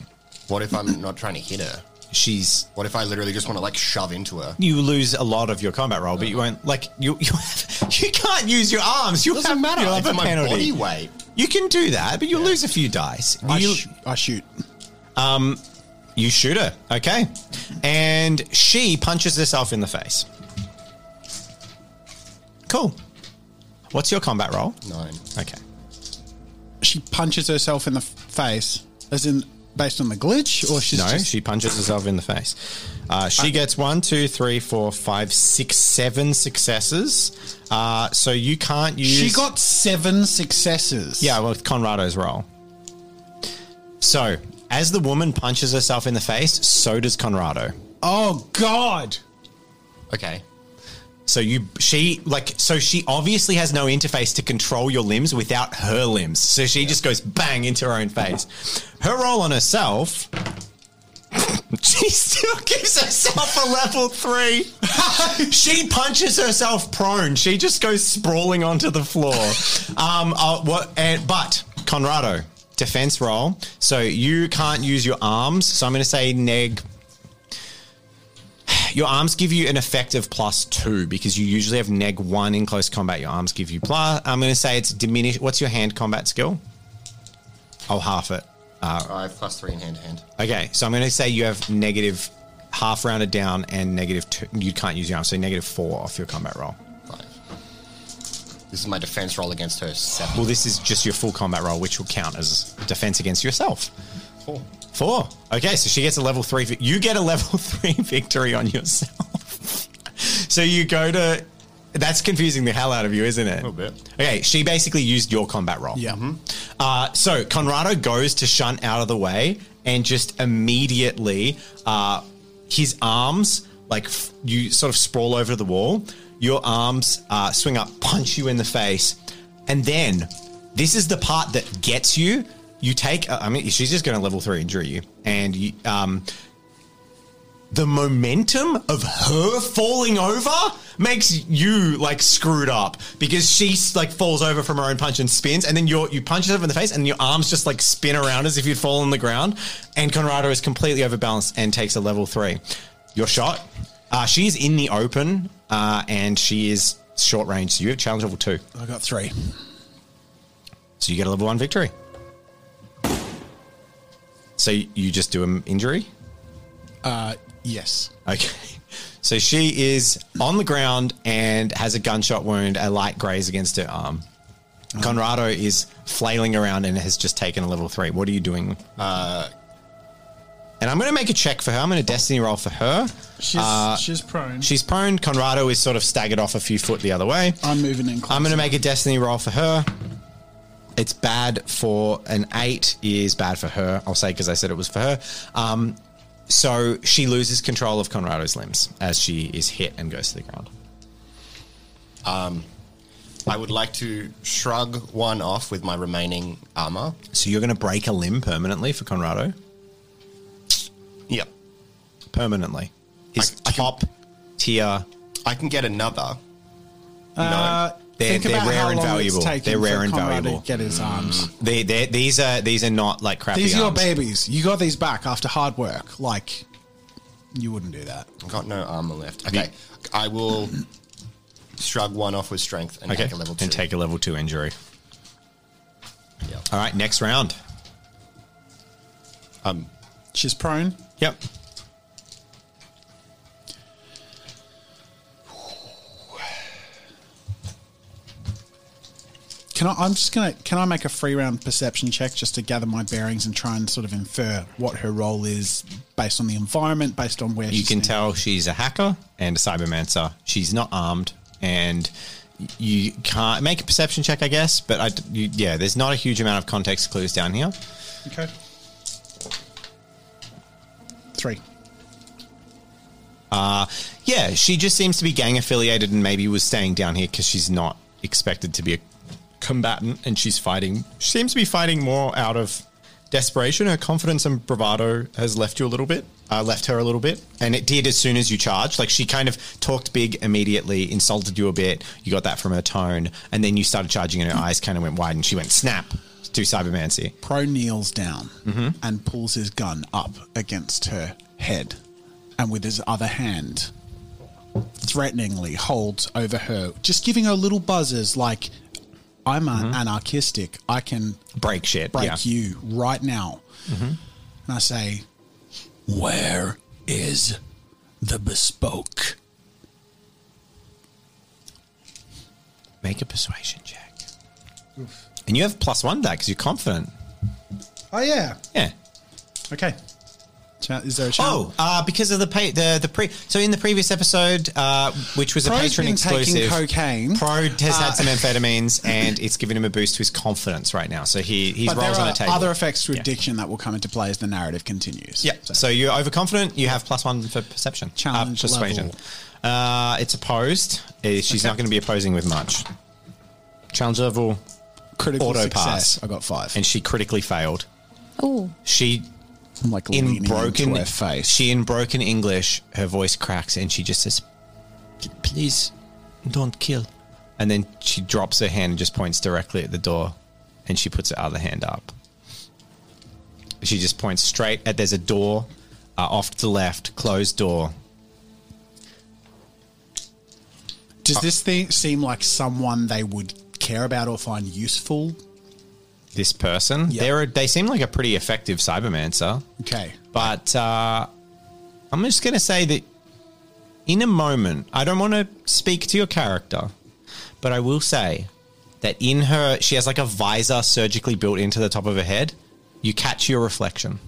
What if I'm not trying to hit her?
She's.
What if I literally just want to like shove into her?
You lose a lot of your combat roll, but you won't like you. You, have, you can't use your arms. You
Doesn't
have,
matter.
You'll have
It's
a
my
penalty.
body weight.
You can do that, but you'll lose a few dice.
I,
You-
sh- I shoot.
You shoot her, okay? And she punches herself in the face. Cool. What's your combat roll?
Nine.
Okay.
She punches herself in the f- face, as in based on the glitch, or she's
no,
just
she punches herself in the face. Uh, she gets one, two, three, four, five, six, seven successes. Uh, so you can't use.
she got seven successes.
Yeah, well, Conrado's roll. So, as the woman punches herself in the face, so does Conrado.
Oh God.
Okay.
So you, she, like, so she obviously has no interface to control your limbs without her limbs. So she just goes bang into her own face. Her roll on herself, she still gives herself a level three. she punches herself prone. She just goes sprawling onto the floor. Um, uh, what? And, but Conrado, defense roll. So you can't use your arms. So I'm going to say neg your arms give you an effective plus two because you usually have neg one in close combat. Your arms give you plus. I'm going to say it's diminished. What's your hand combat skill? I'll half it.
I have plus three in hand to hand.
Okay, so I'm going to say you have negative half rounded down and negative two. You can't use your arm, so negative four off your combat roll.
Five. This is my defense roll against her. Seven.
Well, this is just your full combat roll, which will count as defense against yourself.
Four.
Four. Okay, so she gets a level three. vi- You get a level three victory on yourself. so you go to. That's confusing the hell out of you, isn't it? A little
bit.
Okay, she basically used your combat roll.
Yeah.
Uh, so Conrado goes to shunt out of the way, and just immediately, uh, his arms like f- you sort of sprawl over the wall. Your arms uh, swing up, punch you in the face, and then this is the part that gets you. You take. Uh, I mean, she's just going to level three injure you, and you, um, the momentum of her falling over makes you like screwed up because she like falls over from her own punch and spins, and then you're, you punch yourself in the face, and your arms just like spin around as if you'd fallen on the ground. And Conrado is completely overbalanced and takes a level three. Your shot. Uh, she's in the open, uh, and she is short range. So you have challenge level two,
I got three.
so you get a level one victory. So you just do an injury.
Yes.
Okay. So she is on the ground and has a gunshot wound, a light graze against her arm. Conrado is flailing around and has just taken a level three. What are you doing? Uh, and I'm going to make a check for her. I'm going to destiny roll for her.
She's, she's prone.
Uh, She's prone. Conrado is sort of staggered off a few foot the other way.
I'm moving in closer.
I'm going to make a destiny roll for her. It's bad for an eight is bad for her. I'll say because I said it was for her. Um, so she loses control of Conrado's limbs as she is hit and goes to the ground.
I would like to shrug one off with my remaining armor.
So you're going to break a limb permanently for Conrado.
Yep.
Permanently, his
I- I can-
top tier.
I can get another.
Uh,
no.
They're,
Think
they're
about
rare
how
and
long it's
valuable.
taken
They're rare
for
and
Conrad
valuable.
To get his arms.
They, they, these are these are not like crappy.
These are your
arms.
babies. You got these back after hard work. Like, you wouldn't do that.
I've got no armor left. Okay. I will shrug one off with strength and
Okay,
take a level two.
and take a level two injury.
Yep.
All right, next round.
She's prone.
Yep.
Can I? I'm just gonna. Can I make a free round perception check just to gather my bearings and try and sort of infer what her role is based on the environment, based on where
You
she's
can
in.
tell she's a hacker and a cybermancer. She's not armed, and y- you can't make a perception check, I guess. But I, d- you, yeah, there's not a huge amount of context clues down here.
Okay. Three.
Yeah, she just seems to be gang affiliated and maybe was staying down here because she's not expected to be a combatant and she's fighting. She seems to be fighting more out of desperation. Her confidence and bravado has left you a little bit, uh, left her a little bit. And it did as soon as you charged. Like she kind of talked big immediately, insulted you a bit. You got that from her tone. And then you started charging and her eyes kind of went wide and she went snap to Cybermancy.
Pro kneels down
Mm-hmm.
and pulls his gun up against her head, and with his other hand, threateningly holds over her, just giving her little buzzers like, "I'm
Mm-hmm.
an anarchistic. I can
Break shit.
break
yeah.
you right now." And I say,
Where is the bespoke?
Make a persuasion check. And you have plus one there because you're confident.
Oh yeah.
Yeah.
Okay. Cha- Is there a chance?
Oh, uh, because of the pay, the the pre. So in the previous episode, uh, which was a
Pro's
patron
been
exclusive,
taking cocaine.
Pro has
Uh,
had some amphetamines, and it's giving him a boost to his confidence right now. So he he
but there
rolls
are
on a table.
other effects to addiction that will come into play as the narrative continues.
yeah. So you're overconfident. You have plus one for perception,
Challenge
uh, persuasion.
level.
Uh, it's opposed. Uh, She's not going to be opposing with much. Challenge level,
Critical
auto
success.
pass,
I got five.
and she critically failed.
Oh,
She
I'm like
in
leaning
broken
into her face.
She in broken English, her voice cracks and she just says, "P- "Please, don't kill." And then she drops her hand and just points directly at the door, and she puts her other hand up. She just points straight at. There's a door uh, off to the left, closed door.
Does this thing seem like someone they would care about or find useful?
This person,
Yeah.
they're a, they seem like a pretty effective cybermancer.
Okay.
But uh, I'm just going to say that in a moment, I don't want to speak to your character, but I will say that in her, she has like a visor surgically built into the top of her head. You catch your reflection.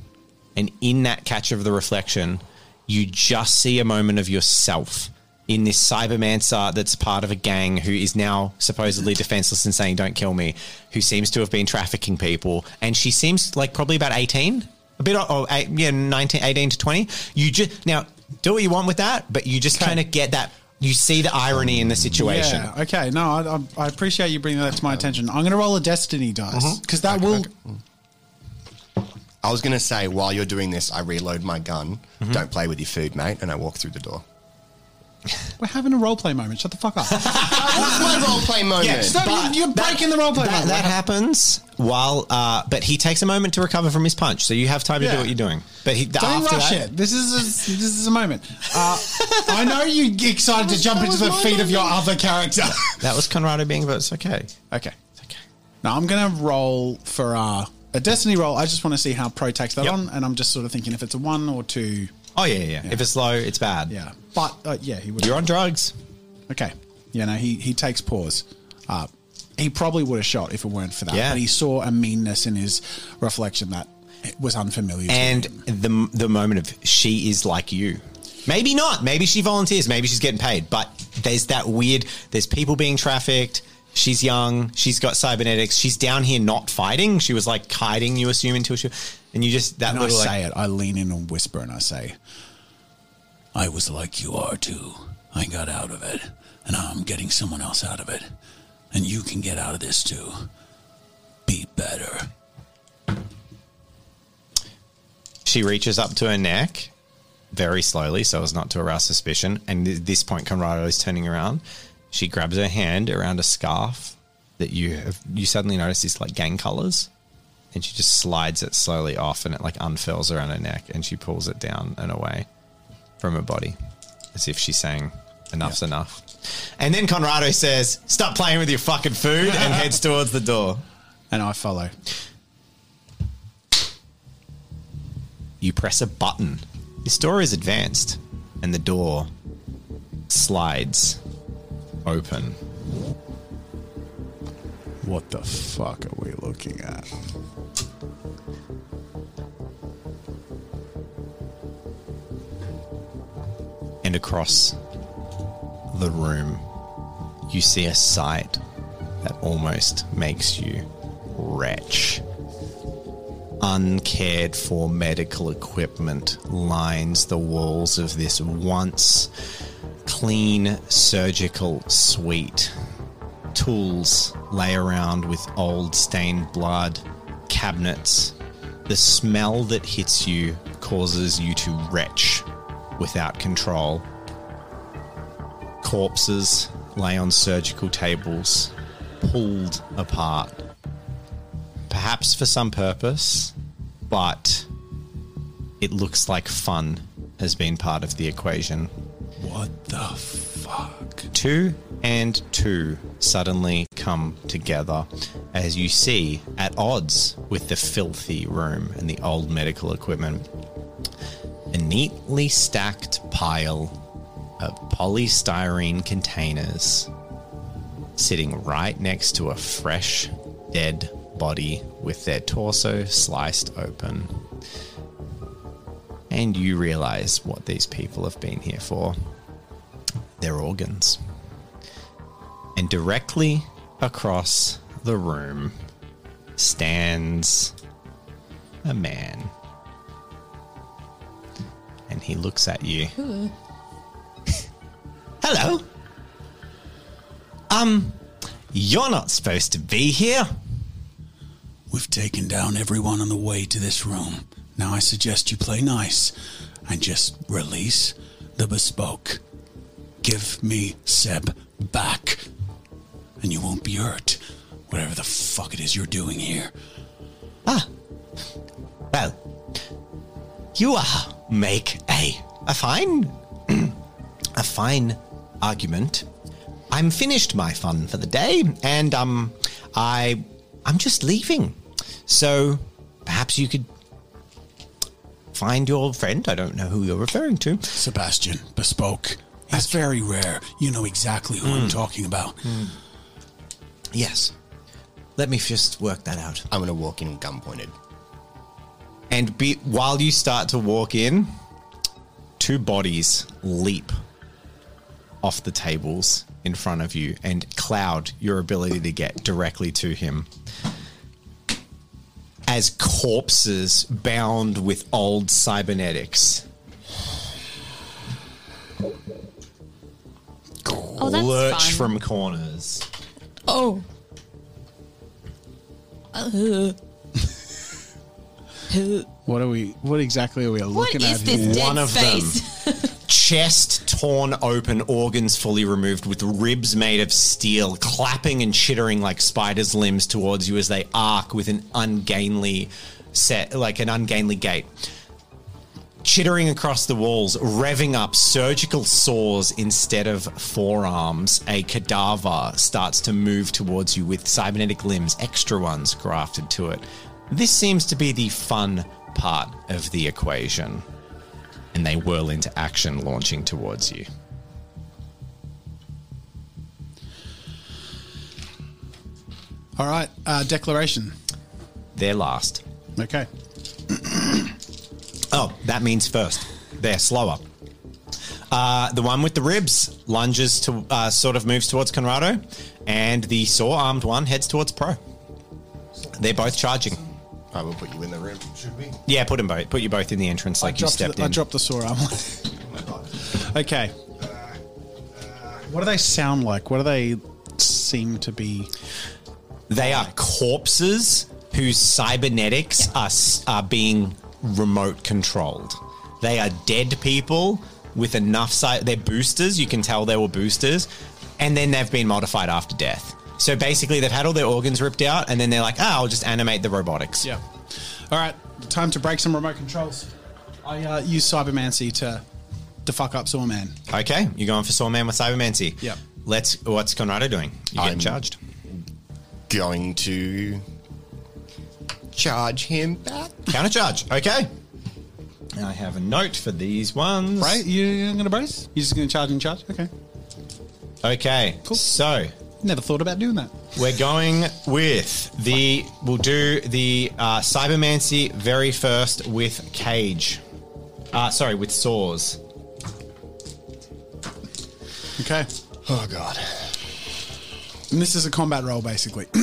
And in that catch of the reflection, you just see a moment of yourself in this cybermancer that's part of a gang who is now supposedly defenseless and saying, Don't kill me, who seems to have been trafficking people. And she seems like probably about 18, a bit, oh, eight, yeah, 19, 18 to 20. You just, now, do what you want with that, but you just kind of get that, you see the irony in the situation.
Yeah. Okay. No, I, I- I appreciate you bringing that to my attention. I'm going to roll a destiny
Mm-hmm.
dice because that will.
I was going to say, while you're doing this, I reload my gun. Don't play with your food, mate. And I walk through the door.
We're having a role play moment. Shut the fuck up.
What's my role play moment?
Yeah, stop-
But
you're breaking the role play
that,
moment.
that happens while, uh, but he takes a moment to recover from his punch, so you have time to
Yeah.
do what you're doing. But he,
Don't
after
rush
that,
it. This is a, this is a moment. Uh, I know you excited to jump into the feet of your other character.
That was Conrado being, but it's okay.
okay. Okay. Now I'm going to roll for uh, a destiny roll. I just want to see how pro takes that
Yep.
on, and I'm just sort of thinking if it's a one or two.
Oh yeah, yeah. yeah. If it's low, it's bad.
Yeah. But uh, yeah, he would.
You're on drugs.
Okay. You know, he, he takes pause. Uh, he probably would have shot if it weren't for that.
Yeah.
But he saw a meanness in his reflection that it was unfamiliar
And
to him.
the the moment of she is like you. Maybe not. Maybe she volunteers. Maybe she's getting paid. But there's that weird. There's people being trafficked. She's young. She's got cybernetics. She's down here not fighting. She was like hiding. You assume until she. And you just that
And I
little
say
like,
it. I lean in and whisper and I say,
I was like you are too. I got out of it, and I'm getting someone else out of it. And you can get out of this too. Be better.
She reaches up to her neck very slowly so as not to arouse suspicion. And at this point, Conrado is turning around. She grabs her hand around a scarf that you have, you suddenly notice is like gang colors. And she just slides it slowly off and it like unfurls around her neck and she pulls it down and away from her body as if she's saying, enough's enough. And then Conrado says, stop playing with your fucking food and heads towards the door.
and I follow.
You press a button. This door is advanced, and the door slides open.
What the fuck are we looking at?
And across the room, you see a sight that almost makes you retch. Uncared for medical equipment lines the walls of this once clean surgical suite. Tools lay around with old stained blood, cabinets. The smell that hits you causes you to retch without control. Corpses lay on surgical tables, pulled apart. Perhaps for some purpose, but it looks like fun has been part of the equation
What the fuck?
two and two suddenly come together as you see at odds with the filthy room and the old medical equipment. A
neatly stacked pile of polystyrene containers sitting right next to a fresh, dead body with their torso sliced open. And you realize what these people have been here for their organs. And directly across the room stands a man. And he looks at you. Hello. Um, you're not supposed to be here.
We've taken down everyone on the way to this room. Now I suggest you play nice and just release the bespoke. Give me Seb back, and you won't be hurt. Whatever the fuck it is you're doing here.
Well, you uh, make a a fine a fine argument. I'm finished my fun for the day, and um, I I'm just leaving. So perhaps you could find your friend. I don't know who you're referring to.
Sebastian, bespoke. It's very rare. You know exactly who
Hmm.
I'm talking about.
Yes. Let me just work that out.
I'm going to walk in gun pointed.
And be, while you start to walk in, two bodies leap off the tables in front of you and cloud your ability to get directly to him. As corpses bound with old cybernetics.
Oh, that's
lurch
fun.
from corners.
Oh. Uh, Who?
What are we? What exactly are we
What
looking
is
at
this
here?
dead
One of them.
face?
chest torn open, organs fully removed, with ribs made of steel, clapping and chittering like spiders' limbs towards you as they arc with an ungainly set, like an ungainly gait. Chittering across the walls, revving up surgical saws instead of forearms, a cadaver starts to move towards you with cybernetic limbs, extra ones grafted to it. This seems to be the fun part of the equation and they whirl into action, launching towards you.
All right, uh, declaration.
They're last.
Okay.
Oh, that means first. They're slower. Uh, the one with the ribs lunges to, uh, sort of moves towards Conrado, and the saw armed one heads towards Pro. They're both charging.
I will put you in the room. Should we?
Yeah, put them both. Put you both in the entrance, like you
Dropped
stepped
the, I
in.
dropped the saw arm. okay. What do they sound like? What do they seem to be?
They are corpses whose cybernetics are, s- are being remote controlled. They are dead people with enough cy- they're boosters, you can tell they were boosters, and then they've been modified after death. So basically they've had all their organs ripped out and then they're like, "Ah, I'll just animate the robotics."
Yeah. All right, time to break some remote controls. I uh, use cybermancy to to fuck up Saw Man.
Okay, you're going for Sawman with Cybermancy.
Yeah.
Let's what's Conrado doing? You get
I'm-
charged.
Going to charge him back.
Counter charge. Okay. I have a note for these ones.
Right? You, you're gonna brace? You're just gonna charge and charge? Okay.
Okay.
Cool.
So
Never thought about doing that.
We're going with the. We'll do the uh, Cybermancy very first with Cage. Uh, sorry, with Saws.
Okay.
Oh, God.
And this is a combat roll, basically.
I
Uh,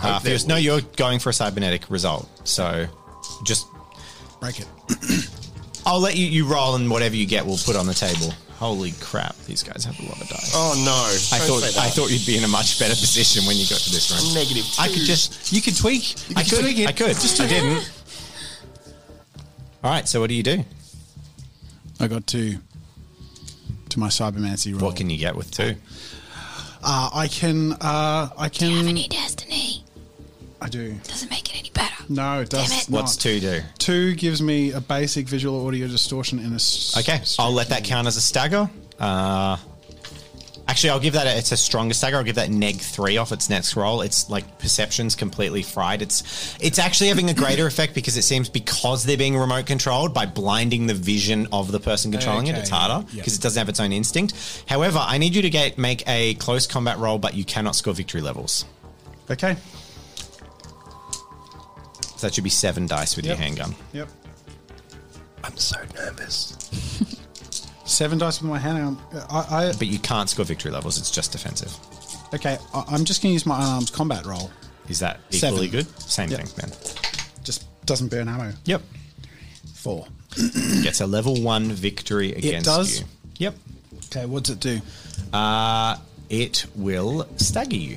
hope that
first- no, you're going for a cybernetic result. So just.
break it.
I'll let you, you roll and whatever you get, we'll put on the table. Holy crap, these guys have a lot of dice.
Oh, no.
I
Don't
thought
say that.
I thought you'd be in a much better position when you got to this room.
Negative two.
I could just.
You could tweak.
I
could
could.
tweak it.
I could. I didn't. All right, so what do you do?
I got two to my cybermancy roll.
What can you get with two?
Uh, I can. Uh, I
Do you have
can.
any destiny?
I do.
Doesn't make it any better.
No, it does
Damn it.
not.
What's two do?
Two gives me a basic visual audio distortion in a. s-
Okay, I'll let that count as a stagger. Uh, Actually, I'll give that. A, it's a stronger stagger. I'll give that neg three off its next roll. It's like perception's completely fried. It's it's actually having a greater effect because it seems because they're being remote controlled by blinding the vision of the person controlling it.
Okay.
It's harder
Yeah.
because it doesn't have its own instinct. However, I need you to get make a close combat roll, but you cannot score victory levels.
Okay.
So that should be seven dice with
Yep.
your handgun.
Yep.
I'm so nervous.
Seven dice with my hand. I,
But you can't score victory levels. It's just defensive.
I okay. I, I'm just going to use my unarmed combat roll.
Is that
Seven.
equally good? Same
Yep.
thing, man.
Just doesn't burn ammo.
Yep.
Four.
Gets a level one victory against
does?
you. Yep.
Okay. What's it do?
it will stagger you.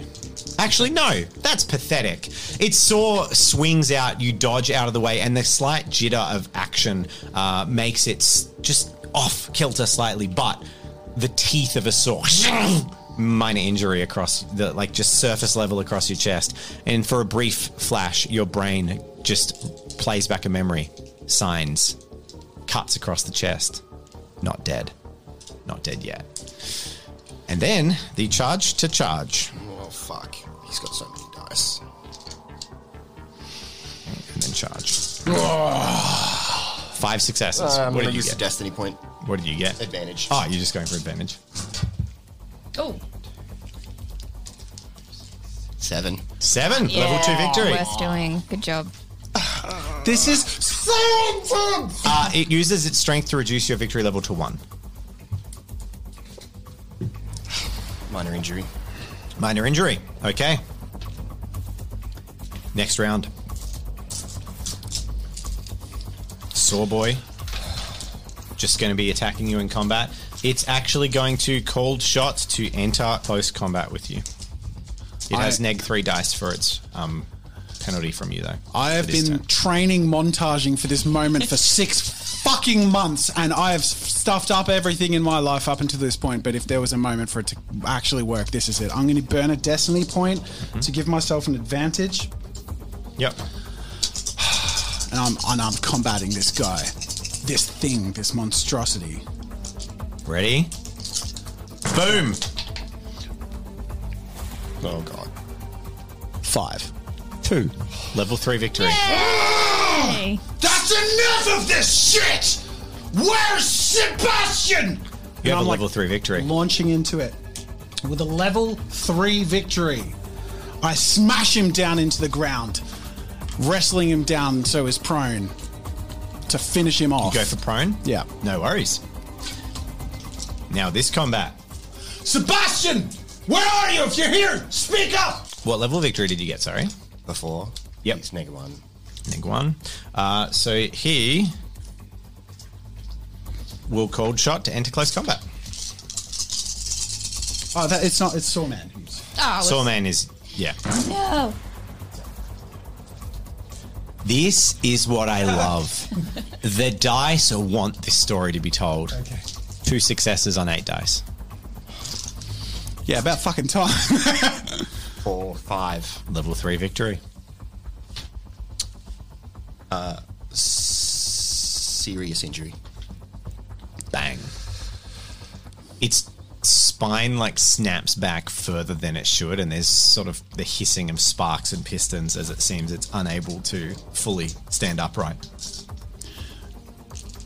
Actually, no, that's pathetic. Its saw swings out, you dodge out of the way, and the slight jitter of action uh, makes it s- just off kilter slightly, but the teeth of a saw. Minor injury across the like just surface level across your chest, and for a brief flash, your brain just plays back a memory. Signs cuts across the chest. Not dead. Not dead yet. And then the charge to charge.
Oh, fuck. He's got so many dice.
And then charge. Five successes.
Uh, I'm
what
going to
did you
use the
get?
destiny point.
What did you get?
Advantage.
Oh, you're just going for advantage.
Oh,
Seven.
Seven. Level two victory.
Worth doing. Good job.
This is
Uh, it uses its strength to reduce your victory level to one.
Minor injury.
Minor injury. Okay. Next round. Saw boy. Just going to be attacking you in combat. It's actually going to cold shots to enter close combat with you. It
I-
has neg three dice for its um, penalty from you, though.
I have
for this
been
turn.
training montaging for this moment for six fucking months, and I have stuffed up everything in my life up until this point. But if there was a moment for it to actually work, this is it. I'm going to burn a destiny point to give myself an advantage,
Yep.
and I'm unarmed combating this guy, this thing, this monstrosity.
Ready? Boom!
Oh, God.
Five.
Two. Level three victory.
That's enough of this shit! Where's Sebastian?
You have
I'm
a
like-
level three victory.
Launching into it with a level three victory. I smash him down into the ground, wrestling him down so he's prone to finish him off.
Go for prone?
Yeah.
No worries. Now, this combat.
Sebastian! Where are you? If you're here, speak up!
What level of victory did you get? Sorry.
Before.
Yep.
It's negative one.
Neg one. Uh, so he will cold shot to enter close combat.
Oh, that, it's not. It's Sawman. who's-
oh,
Sawman is. Yeah.
no.
This is what I love. the dice want this story to be told.
Okay.
Two successes on eight dice.
Yeah, about fucking time.
Four, five,
Level three victory.
serious injury.
bang. Its spine like snaps back further than it should, and there's sort of the hissing of sparks and pistons as it seems it's unable to fully stand upright.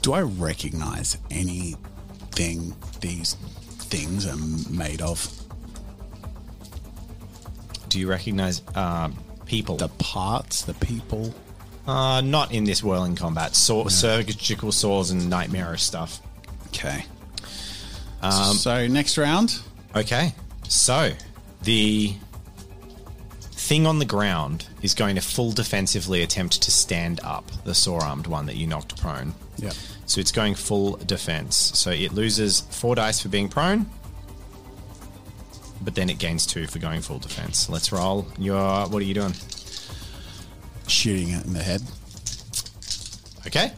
Do I recognize anything these things are made of?
Do you recognize uh, people?
The parts, the people.
uh, not in this whirling combat. Saw- Surgical saws and nightmarish stuff.
okay. so next round.
Okay. So the thing on the ground is going to full defensively attempt to stand up the saw armed one that you knocked prone.
Yeah.
So it's going full defense. So it loses four dice for being prone, but then it gains two for going full defense. Let's roll your. What are you doing?
Shooting it in the head.
Okay.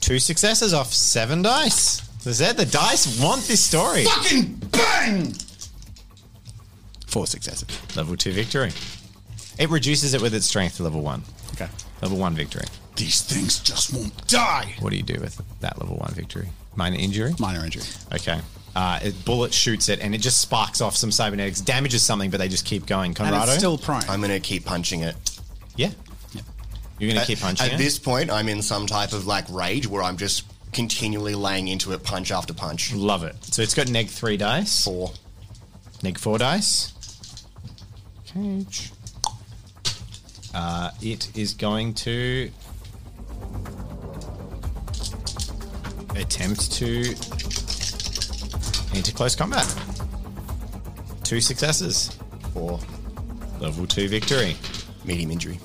Two successes off seven dice. Is that the dice want this story?
Fucking bang!
Four successes.
Level two victory. It reduces it with its strength to level one.
Okay.
Level one victory.
These things just won't die.
What do you do with that level one victory? Minor injury?
Minor injury.
Okay. Uh, it, bullet shoots it and it just sparks off some cybernetics, damages something, but they just keep going.
And
Conrado?
it's still prone.
I'm going to keep punching it.
yeah. You're going to keep punching
At
it?
this point, I'm in some type of like rage where I'm just continually laying into it punch after punch.
Love it. So it's got neg three dice.
Four.
Neg four dice. Cage. Uh, it is going to attempt to into close combat. Two successes for level two victory.
Medium injury.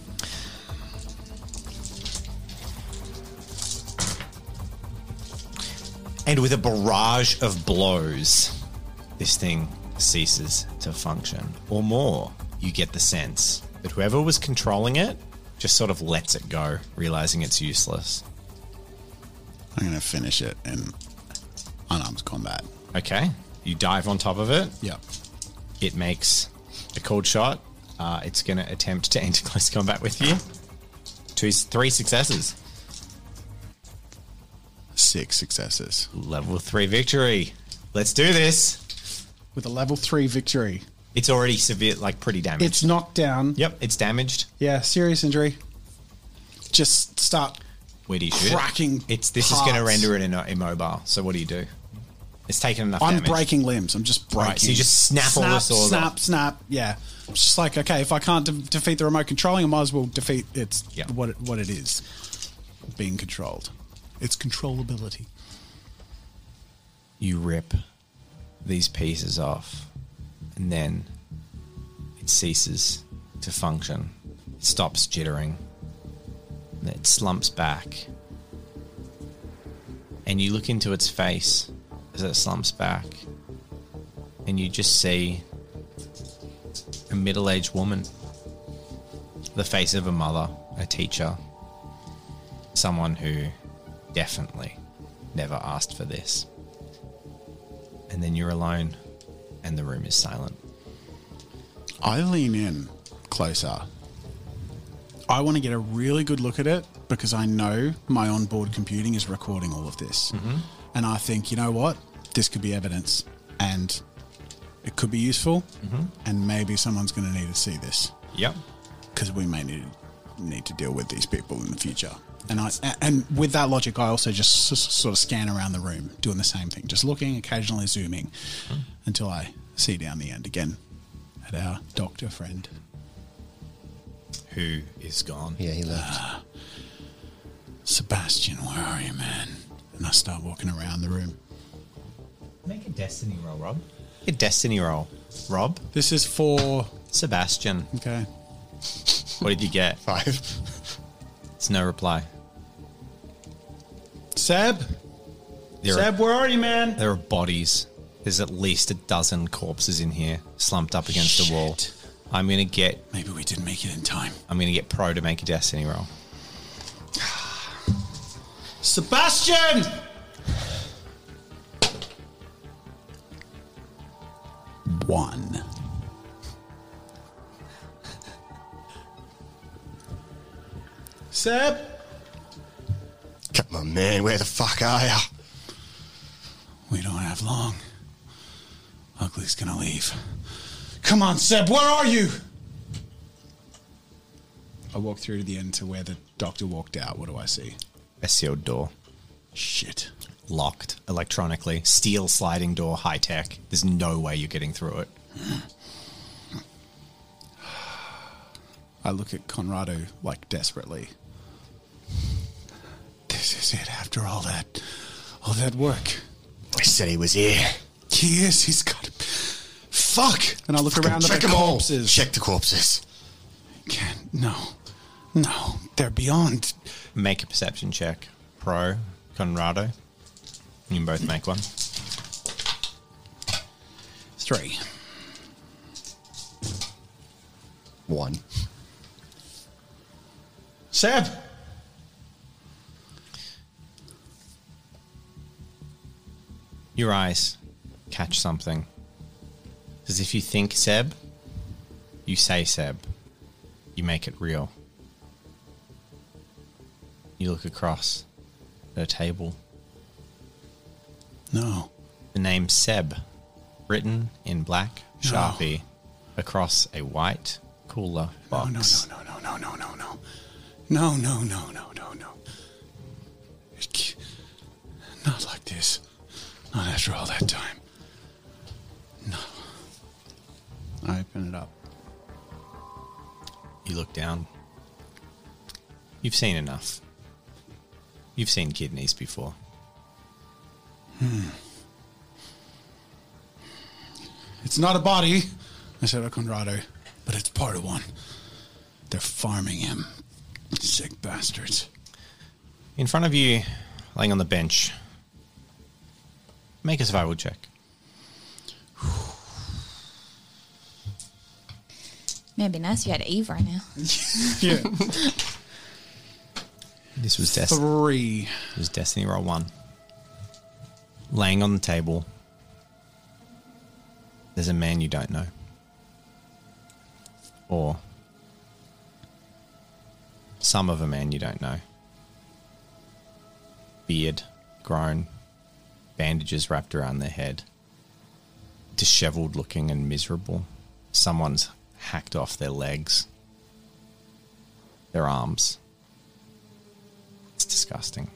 And with a barrage of blows, this thing ceases to function. Or more, you get the sense that whoever was controlling it just sort of lets it go, realizing it's useless.
I'm going to finish it in unarmed combat.
Okay, you dive on top of it.
Yep.
It makes a cold shot. Uh, it's going to attempt to enter close combat with you. Two, three successes.
Six successes.
Level three victory. Let's do this.
With a level three victory.
It's already severe, like pretty damaged.
It's knocked down.
yep, it's damaged.
Yeah, serious injury. Just start
Where do you shoot? it?
Cracking
It's this is going to
parts.
render it inno- immobile. So what do you do? It's taken enough.
I'm
damage.
breaking limbs. I'm just breaking.
Right, so you just snap all
snap,
the swords
Snap,
off.
snap. Yeah. It's just like, okay, if I can't de- defeat the remote controlling, I might as well defeat its
Yeah.
what it, what it is being controlled. It's controllability.
You rip these pieces off, and then it ceases to function. It stops jittering. And it slumps back, and you look into its face as it slumps back, and you just see a middle-aged woman, the face of a mother, a teacher, someone who definitely never asked for this. And then you're alone, and the room is silent.
I lean in closer. I want to get a really good look at it because I know my onboard computing is recording all of this. And I think, you know what? This could be evidence and it could be useful. And maybe someone's going to need to see this.
Yep.
because we may need need to deal with these people in the future. And I a- and with that logic, I also just s- sort of scan around the room, doing the same thing, just looking, occasionally zooming, until I see down the end again at our doctor friend.
Who is gone?
Yeah, he left.
Sebastian, where are you, man? And I start walking around the room.
Make a destiny roll, Rob. A destiny roll, Rob.
This is for
Sebastian.
okay.
What did you get?
Five.
It's no reply.
Seb,
There
Seb,
are,
where are you, man?
there are bodies. There's at least a dozen corpses in here, slumped up against the wall.
Shit.
I'm gonna get.
Maybe we didn't make it in time.
I'm gonna get pro to make a destiny roll.
Sebastian. One. Seb,
Come on, man. Where the fuck are ya?
we don't have long. Ugly's gonna leave. Come on, Seb, where are you? I walk through to the end to where the doctor walked out. What do I see?
A sealed door,
Shit.
locked electronically, steel sliding door, high tech. There's no way you're getting through it.
I look at Conrado like desperately. This is it after all that all that work.
I said he was here.
He is, he's got Fuck And I look around at
Check
the
them all.
corpses.
Check the corpses.
Can't no. No. They're beyond
Make a perception check. Pro, Conrado. You can both make one.
three.
One.
Seb
Your eyes catch something. As if you think Seb, you say Seb. You make it real. You look across at a table.
No.
The name Seb, written in black
Oh.
sharpie, across a white cooler box.
Oh, No, no, no, no, no, no. No, no, no, no, no, no. It ca- Not like this. Not after all that time. No. I open it up.
You look down. You've seen enough. You've seen kidneys before.
It's not a body, I said to Conrado, but it's part of one. They're farming him. Sick bastards.
In front of you, laying on the bench, make a survival check.
Man, it'd be nice if you had Eve right now.
Yeah.
This was Destiny.
Three.
It was Destiny Roll 1. Laying on the table, there's a man you don't know. Or some of a man you don't know. Beard, grown, bandages wrapped around their head, disheveled looking and miserable. Someone's hacked off their legs, their arms. It's disgusting.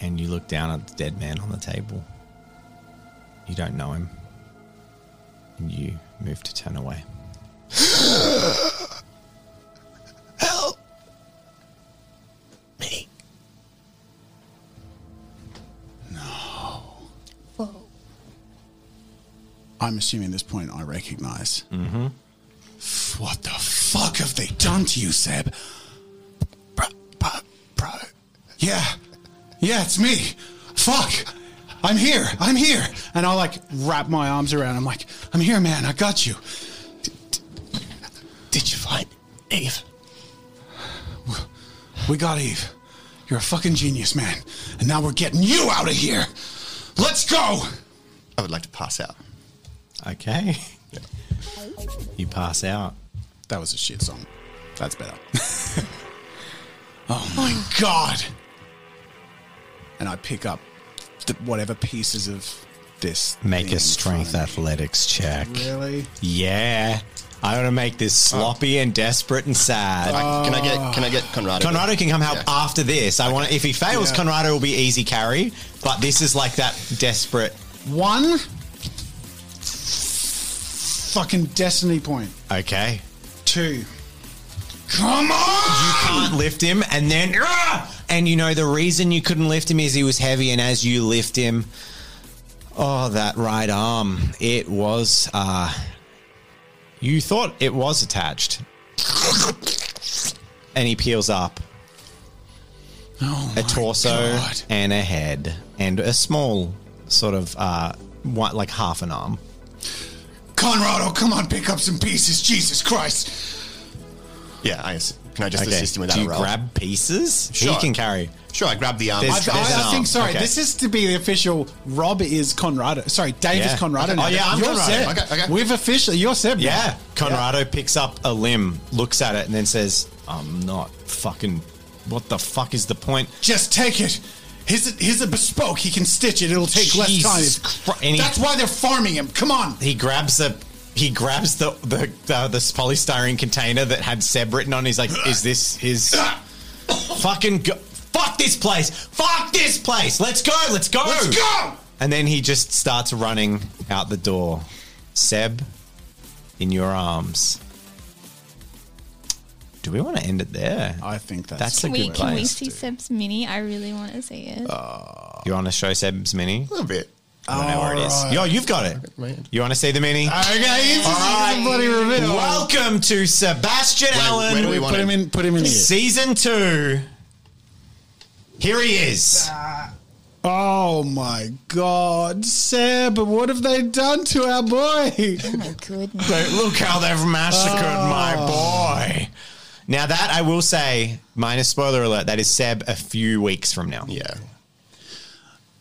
And you look down at the dead man on the table. You don't know him. And you move to turn away.
Help me.
I'm assuming at this point I recognize. Mm hmm. What the fuck have they done to you, Seb? Bro, bro, bro. Yeah. Yeah, it's me. Fuck. I'm here. I'm here. And I'll like wrap my arms around. I'm like, I'm here, man. I got you.
Did you find Eve?
We got Eve. You're a fucking genius, man. And now we're getting you out of here. Let's go.
I would like to pass out.
Okay. You pass out.
That was a shit song. That's better. oh my god. And I pick up the, whatever pieces of this. thing
Make a
in front
strength
of
athletics check.
me. Really?
Yeah. I want to make this sloppy and desperate and sad.
I, can I get can I get Conrado?
Ah. Conrado can come help
Oh. Yeah.
after this. I want to, if he fails,
Yeah.
Conrado will be easy carry. But this is like that desperate.
One fucking destiny point.
Okay,
Two.
Come on!
you can't lift him, and then Ah! and you know the reason you couldn't lift him is he was heavy, and as you lift him, oh, that right arm, it was. uh You thought it was attached, and he peels up. a torso
Oh
God.
and a head and a small sort of uh, white, like half an arm.
Conrado, come on, pick up some pieces. Jesus Christ.
Yeah, I ass- can I just
Okay.
assist him without
Do
a
you
roll?
grab pieces? He
Sure.
can carry.
sure, I grab the arm.
There's-
I,
an
I, I
arm.
think, sorry,
Okay.
this is to be the official. Rob is Conrado. Sorry, Dave
Yeah.
is Conrado.
Okay.
now.
Oh, yeah, I'm
you're
Conrado.
Seb.
Okay, okay.
We've officially, you're Seb. now.
Yeah. Conrado picks up a limb, looks at it, and then says, I'm not fucking. What the fuck is the point?
Just take it. His, his a bespoke. He can stitch it. It'll take
Jesus
less time.
Christ. And he-
That's why they're farming him. Come on.
He grabs the. He grabs the the, the this polystyrene container that had Seb written on. He's like, "Is this his fucking go- fuck this place? Fuck this place! Let's go! Let's go!
Let's go!
And then he just starts running out the door. Seb, in your arms. Do we want to end it there?
I think that's.
That's a
Can we,
good
can we
place.
see Seb's mini? I really want to see it.
You want to show Seb's mini?
a little bit.
I don't know where it is.
Alright.
Yo, you've got it. You want to see the mini?
okay, it's, it's
Alright.
a bloody reveal.
Welcome to Sebastian Allen,
where do we want
put him in. Put him in here.
season two. Here he is.
Ah. Oh my God, Seb! What have they done to our boy?
oh my goodness.
They- Look how they've massacred
Ah.
my boy. Now that I will say, minus spoiler alert, that is Seb a few weeks from now.
Yeah.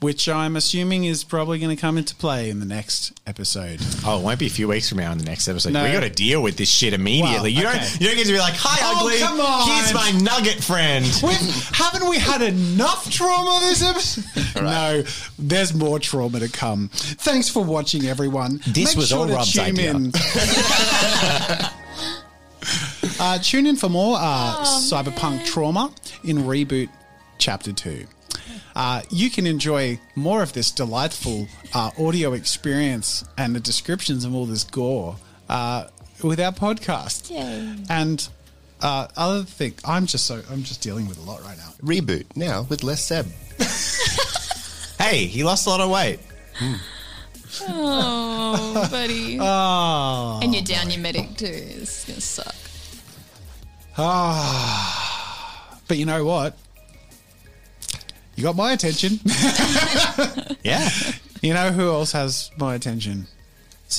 which I'm assuming is probably going to come into play in the next episode.
Oh, it won't be a few weeks from now in the next episode.
No.
We got to deal with this shit immediately.
Wow,
you
okay.
don't. You don't get to be like, "Hi,
Oh,
ugly.
come on.
Here's my nugget friend."
We've, haven't we had enough trauma this episode? No, there's more trauma to come. Thanks for watching, everyone.
This was all
to
Rob's idea.
uh, tune in for more uh, cyberpunk trauma in Reboot Chapter 2. Uh, you can enjoy more of this delightful uh, audio experience and the descriptions of all this gore uh, with our podcast.
Yay.
And uh, other thing, I'm just so I'm just dealing with a lot right now.
Reboot now with less Seb.
Hey, he lost a lot of weight.
Oh, buddy.
Oh,
and you're down your medic too. It's gonna suck.
Ah, but you know what? You got my attention.
Yeah.
you know who else has my attention?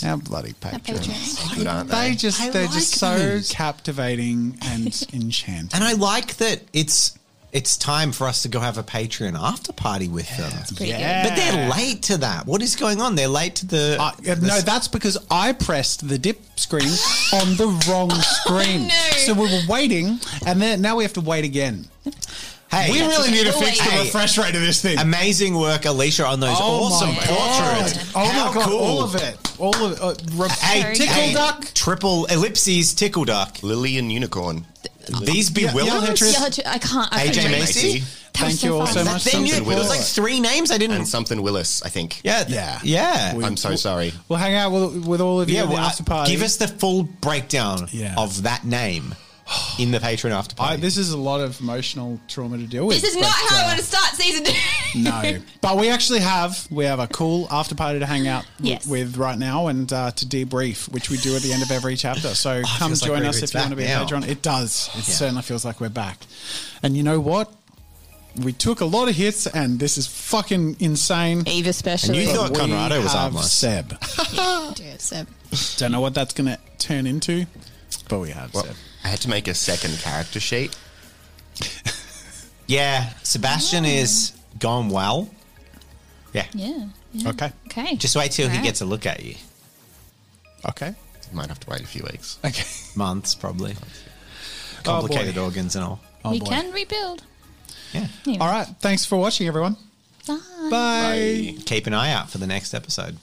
Our bloody patrons.
Good, aren't they?
They just
I
they're
like
just so
those.
captivating and enchanting.
And I like that it's it's time for us to go have a Patreon after party with them.
Yeah.
But they're late to that. What is going on? They're late to the.
Uh, yeah, no, that's because I pressed the dip screen on the wrong screen.
no.
So we were waiting, and then now we have to wait again.
hey,
we really
need to fix the
refresh rate of this thing. Amazing work, Alicia, on those
Oh my
awesome portraits.
Oh
How
my god,
cool.
all of it, all of uh, re-
Hey,
Very
hey,
tickle duck.
Triple ellipses, tickle duck.
Lily and Unicorn.
These
yeah,
bewildering.
Tris-
Yeah, I can't. I
AJ
couldn't do it.
Macy.
That was
Thank
so
you all
fun.
so
That-
much.
Then you,
Something
it
with
was
us.
like three names I didn't.
And something Willis, I think.
yeah,
Yeah.
yeah.
We-
I'm so sorry.
We'll hang out with, with all of you
Yeah,
at the
well,
after
uh,
party.
give us the full breakdown
Yeah.
of that name in the Patreon after
I,
party.
this is a lot of emotional trauma to deal with.
This is not
but,
how I
uh,
want to start season two.
No, but we actually have we have a cool after party to hang out w-
Yes.
with right now and uh, to debrief, which we do at the end of every chapter. So
it
come
feels like
join
we're-
us
it's
if you want to
back
be
now.
a Patreon. It does. It certainly feels like we're back. And you know what? We took a lot of hits, and this is fucking insane.
Eva special.
And you thought
We
Conrado was
have
harmless.
Seb.
Dear Seb.
Don't know what that's going to turn into, but we have
Well,
Seb.
I had to make a second character sheet.
yeah, Sebastian is gone well. Yeah.
Yeah. yeah.
Okay.
Okay.
Just wait till he
Right.
gets a look at you.
Okay.
Might have to wait a few weeks.
Okay.
Months, probably.
Oh, boy.
Complicated organs and all.
Oh,
we
boy.
can rebuild.
Yeah.
All right. Thanks for watching, everyone.
Bye.
Bye.
Keep an eye out for the next episode.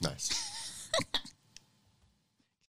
Nice.